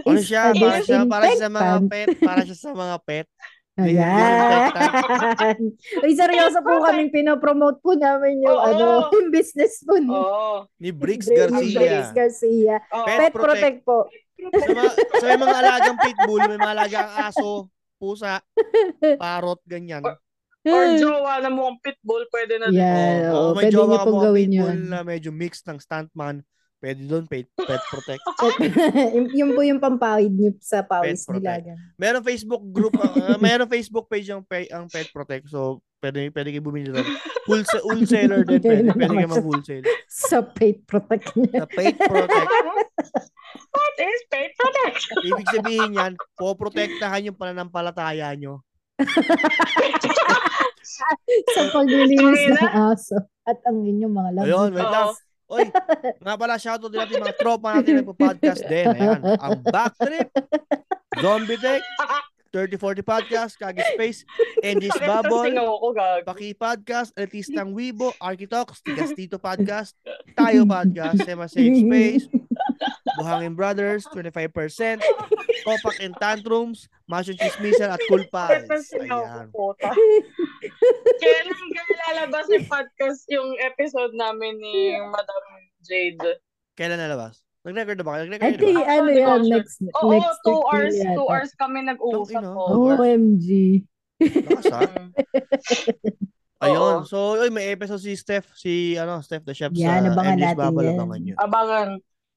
Speaker 1: Ano
Speaker 2: Is
Speaker 1: siya?
Speaker 2: a
Speaker 1: Para siya, para siya sa mga
Speaker 2: disinfectant.
Speaker 1: pet. Para siya sa mga pet.
Speaker 2: Ayan. Uy, seryoso po kaming pinopromote po namin yung
Speaker 3: Oo.
Speaker 2: ano, yung business po ni
Speaker 3: Oo.
Speaker 1: Ni Briggs
Speaker 2: Bri- ni
Speaker 1: Garcia.
Speaker 2: Briggs Garcia.
Speaker 3: Oo.
Speaker 1: Pet
Speaker 2: Pet,
Speaker 1: Protect.
Speaker 2: Protect po.
Speaker 1: Sa mga, sa may mga alagang pitbull, may mga alagang aso, pusa, parot, ganyan.
Speaker 3: Or jowa na mukhang pitbull, pwede na din.
Speaker 2: Yan,
Speaker 1: Oo,
Speaker 2: oo. Pwede
Speaker 1: oh, jowa
Speaker 2: niyo
Speaker 1: ka
Speaker 2: pong
Speaker 1: mga
Speaker 2: gawin
Speaker 1: pitbull
Speaker 2: yun.
Speaker 1: na medyo mix ng stuntman, pwede doon pet, pet protect.
Speaker 2: Yung- yung po yung pampawid niyo sa pawis
Speaker 1: Protect.
Speaker 2: nila. ganun.
Speaker 1: Meron Facebook group, uh, meron Facebook page ang, pe- ang pet protect. So, pwede, pwede kayo bumili doon. Wholesale, wholesaler din, pwede, pwede kayo mag-wholesale.
Speaker 2: Sa pet protect niya.
Speaker 1: Sa pet protect,
Speaker 3: What is fate protect?
Speaker 1: ibig sabihin yan, poprotektahan yung pananampalataya nyo.
Speaker 2: sa paglilinis
Speaker 3: Sorry na.
Speaker 2: ng aso. At ang inyong mga labi.
Speaker 1: Ayun, wait lang.
Speaker 3: Oo.
Speaker 1: Oy, nga pala, shoutout din natin yung mga tropa natin nagpo-podcast din. Ayan, ang Backtrip, Zombie Tech, 3040 Podcast, Kagi Space, Angie's
Speaker 3: Bakit
Speaker 1: Bubble,
Speaker 3: nasingaw ako, gag?
Speaker 1: Paki Podcast, Elitistang Weibo, Architox, Tigas Tito Podcast, Tayo Podcast, Sema Safe Space, Buhangin Brothers, 25%, Kopak and Tantrums, Mashon Chismisan at Cool Pals.
Speaker 3: Bakit nasingaw ako,
Speaker 1: Ayan.
Speaker 3: puta? Kailan ka lalabas yung podcast yung episode namin ni Madam Jade?
Speaker 1: Kailan nalabas? Nag-record na ba? kayo?
Speaker 2: I
Speaker 1: Nag-record na
Speaker 2: think
Speaker 1: ba?
Speaker 3: Actually,
Speaker 2: ano yan,
Speaker 3: concert.
Speaker 2: next,
Speaker 3: Oo,
Speaker 2: next
Speaker 3: two
Speaker 2: week
Speaker 3: hours,
Speaker 2: yata.
Speaker 3: two hours kami nag-uusap oh,
Speaker 1: Tangina. Oh.
Speaker 3: po.
Speaker 2: OMG.
Speaker 1: Lakas ah. Ayun.
Speaker 3: Oo.
Speaker 1: So, oy, may episode si Steph, si ano, Steph the Chef
Speaker 2: Yan,
Speaker 1: sa
Speaker 2: abangan
Speaker 1: Endless
Speaker 2: natin
Speaker 1: Bubble.
Speaker 2: yan.
Speaker 1: Abangan nyo.
Speaker 3: Abangan.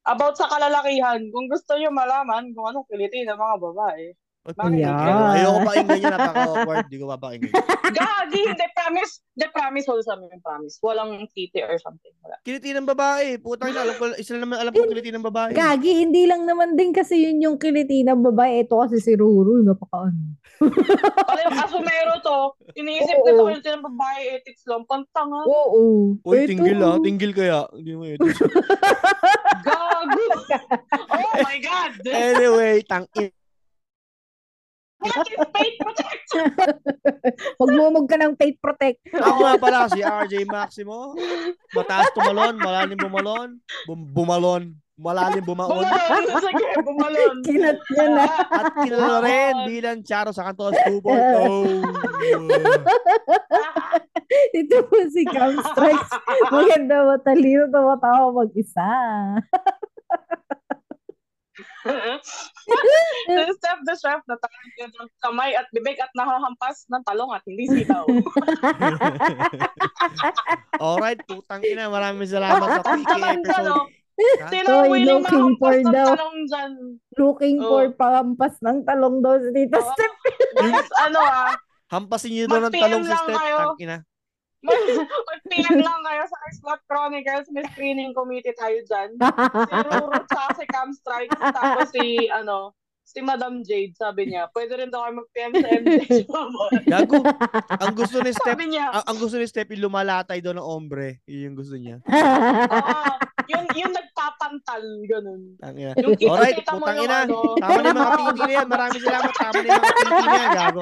Speaker 3: About sa kalalakihan, kung gusto nyo malaman kung anong kiliti ng mga babae.
Speaker 1: Ay,
Speaker 3: Bakit?
Speaker 1: pakinggan. Ayoko pakinggan yan. Napaka-awkward. Hindi ko mapakinggan.
Speaker 3: Gagi, hindi promise. Hindi promise, wala sa amin promise. Walang titi or something. Wala.
Speaker 1: Kiliti ng babae. Putang ina, alam ko, isa na naman alam ko kiliti ng babae.
Speaker 2: Gagi, hindi lang naman din kasi yun yung kiliti ng babae. Ito kasi si Ruru, napakaano.
Speaker 3: Pala yung asumero to, iniisip ko
Speaker 2: Oo.
Speaker 3: sa kiliti ng babae, ethics lang, pantanga.
Speaker 2: Oo.
Speaker 1: Uy,
Speaker 2: Ito.
Speaker 1: tinggil ah. Tinggil kaya. Hindi mo yun.
Speaker 3: Gago. Oh my God.
Speaker 1: anyway, tang
Speaker 3: What is fate protect?
Speaker 2: Magmumog ka ng Fate Protect.
Speaker 1: Ako nga pala si RJ Maximo. Mataas tumalon, malalim bumalon, bum- bumalon, malalim bumaon.
Speaker 3: Bumalon. Sige, bumalon.
Speaker 2: Kinat niya na.
Speaker 1: At kilala rin bilang Charo sa Oh, Kanton 2.0.
Speaker 2: Ito po si Cam Strikes. Maganda, matalino, tumatawa mag-isa.
Speaker 3: Since Steph the Chef, natanggal niya ng kamay at bibig at nahahampas ng talong at hindi sitaw.
Speaker 1: Alright, putang ina. Maraming salamat sa quickie
Speaker 3: Tamang
Speaker 1: episode.
Speaker 3: talong.
Speaker 1: Ha?
Speaker 3: Sino
Speaker 2: Toy,
Speaker 3: ang willing
Speaker 2: looking
Speaker 3: mahampas
Speaker 2: for
Speaker 3: ng
Speaker 2: daw.
Speaker 3: talong dyan?
Speaker 2: Looking
Speaker 3: Oh.
Speaker 2: for pangampas ng talong daw si Tito
Speaker 3: Oo.
Speaker 2: Steph.
Speaker 3: Guys, ano ah,
Speaker 1: Hampasin niyo doon ng
Speaker 3: Mag-PM
Speaker 1: talong si
Speaker 3: lang
Speaker 1: Steph.
Speaker 3: kayo.
Speaker 1: Tang ina.
Speaker 3: Mag-PM lang kayo sa Slot Chronicles. May screening committee tayo dyan. Si Ruru tsaka si Cam Strikes. Tapos si, ano, si Madam Jade, sabi niya. Pwede rin daw kayo mag-PM sa MJ.
Speaker 1: Gago. Ang gusto ni Steph,
Speaker 3: sabi niya.
Speaker 1: ang, ang gusto ni Steph, yung lumalatay doon ng ombre. Yun yung gusto niya.
Speaker 3: Oo, yung, yung nagpapantal, ganun.
Speaker 1: Tang ina.
Speaker 3: Yung
Speaker 1: Alright,
Speaker 3: kita-kita mo
Speaker 1: putang
Speaker 3: yung
Speaker 1: ina.
Speaker 3: ano.
Speaker 1: Tama na yung mga titi na yan. Maraming salamat. Tama na yung mga titi na yan. Gago.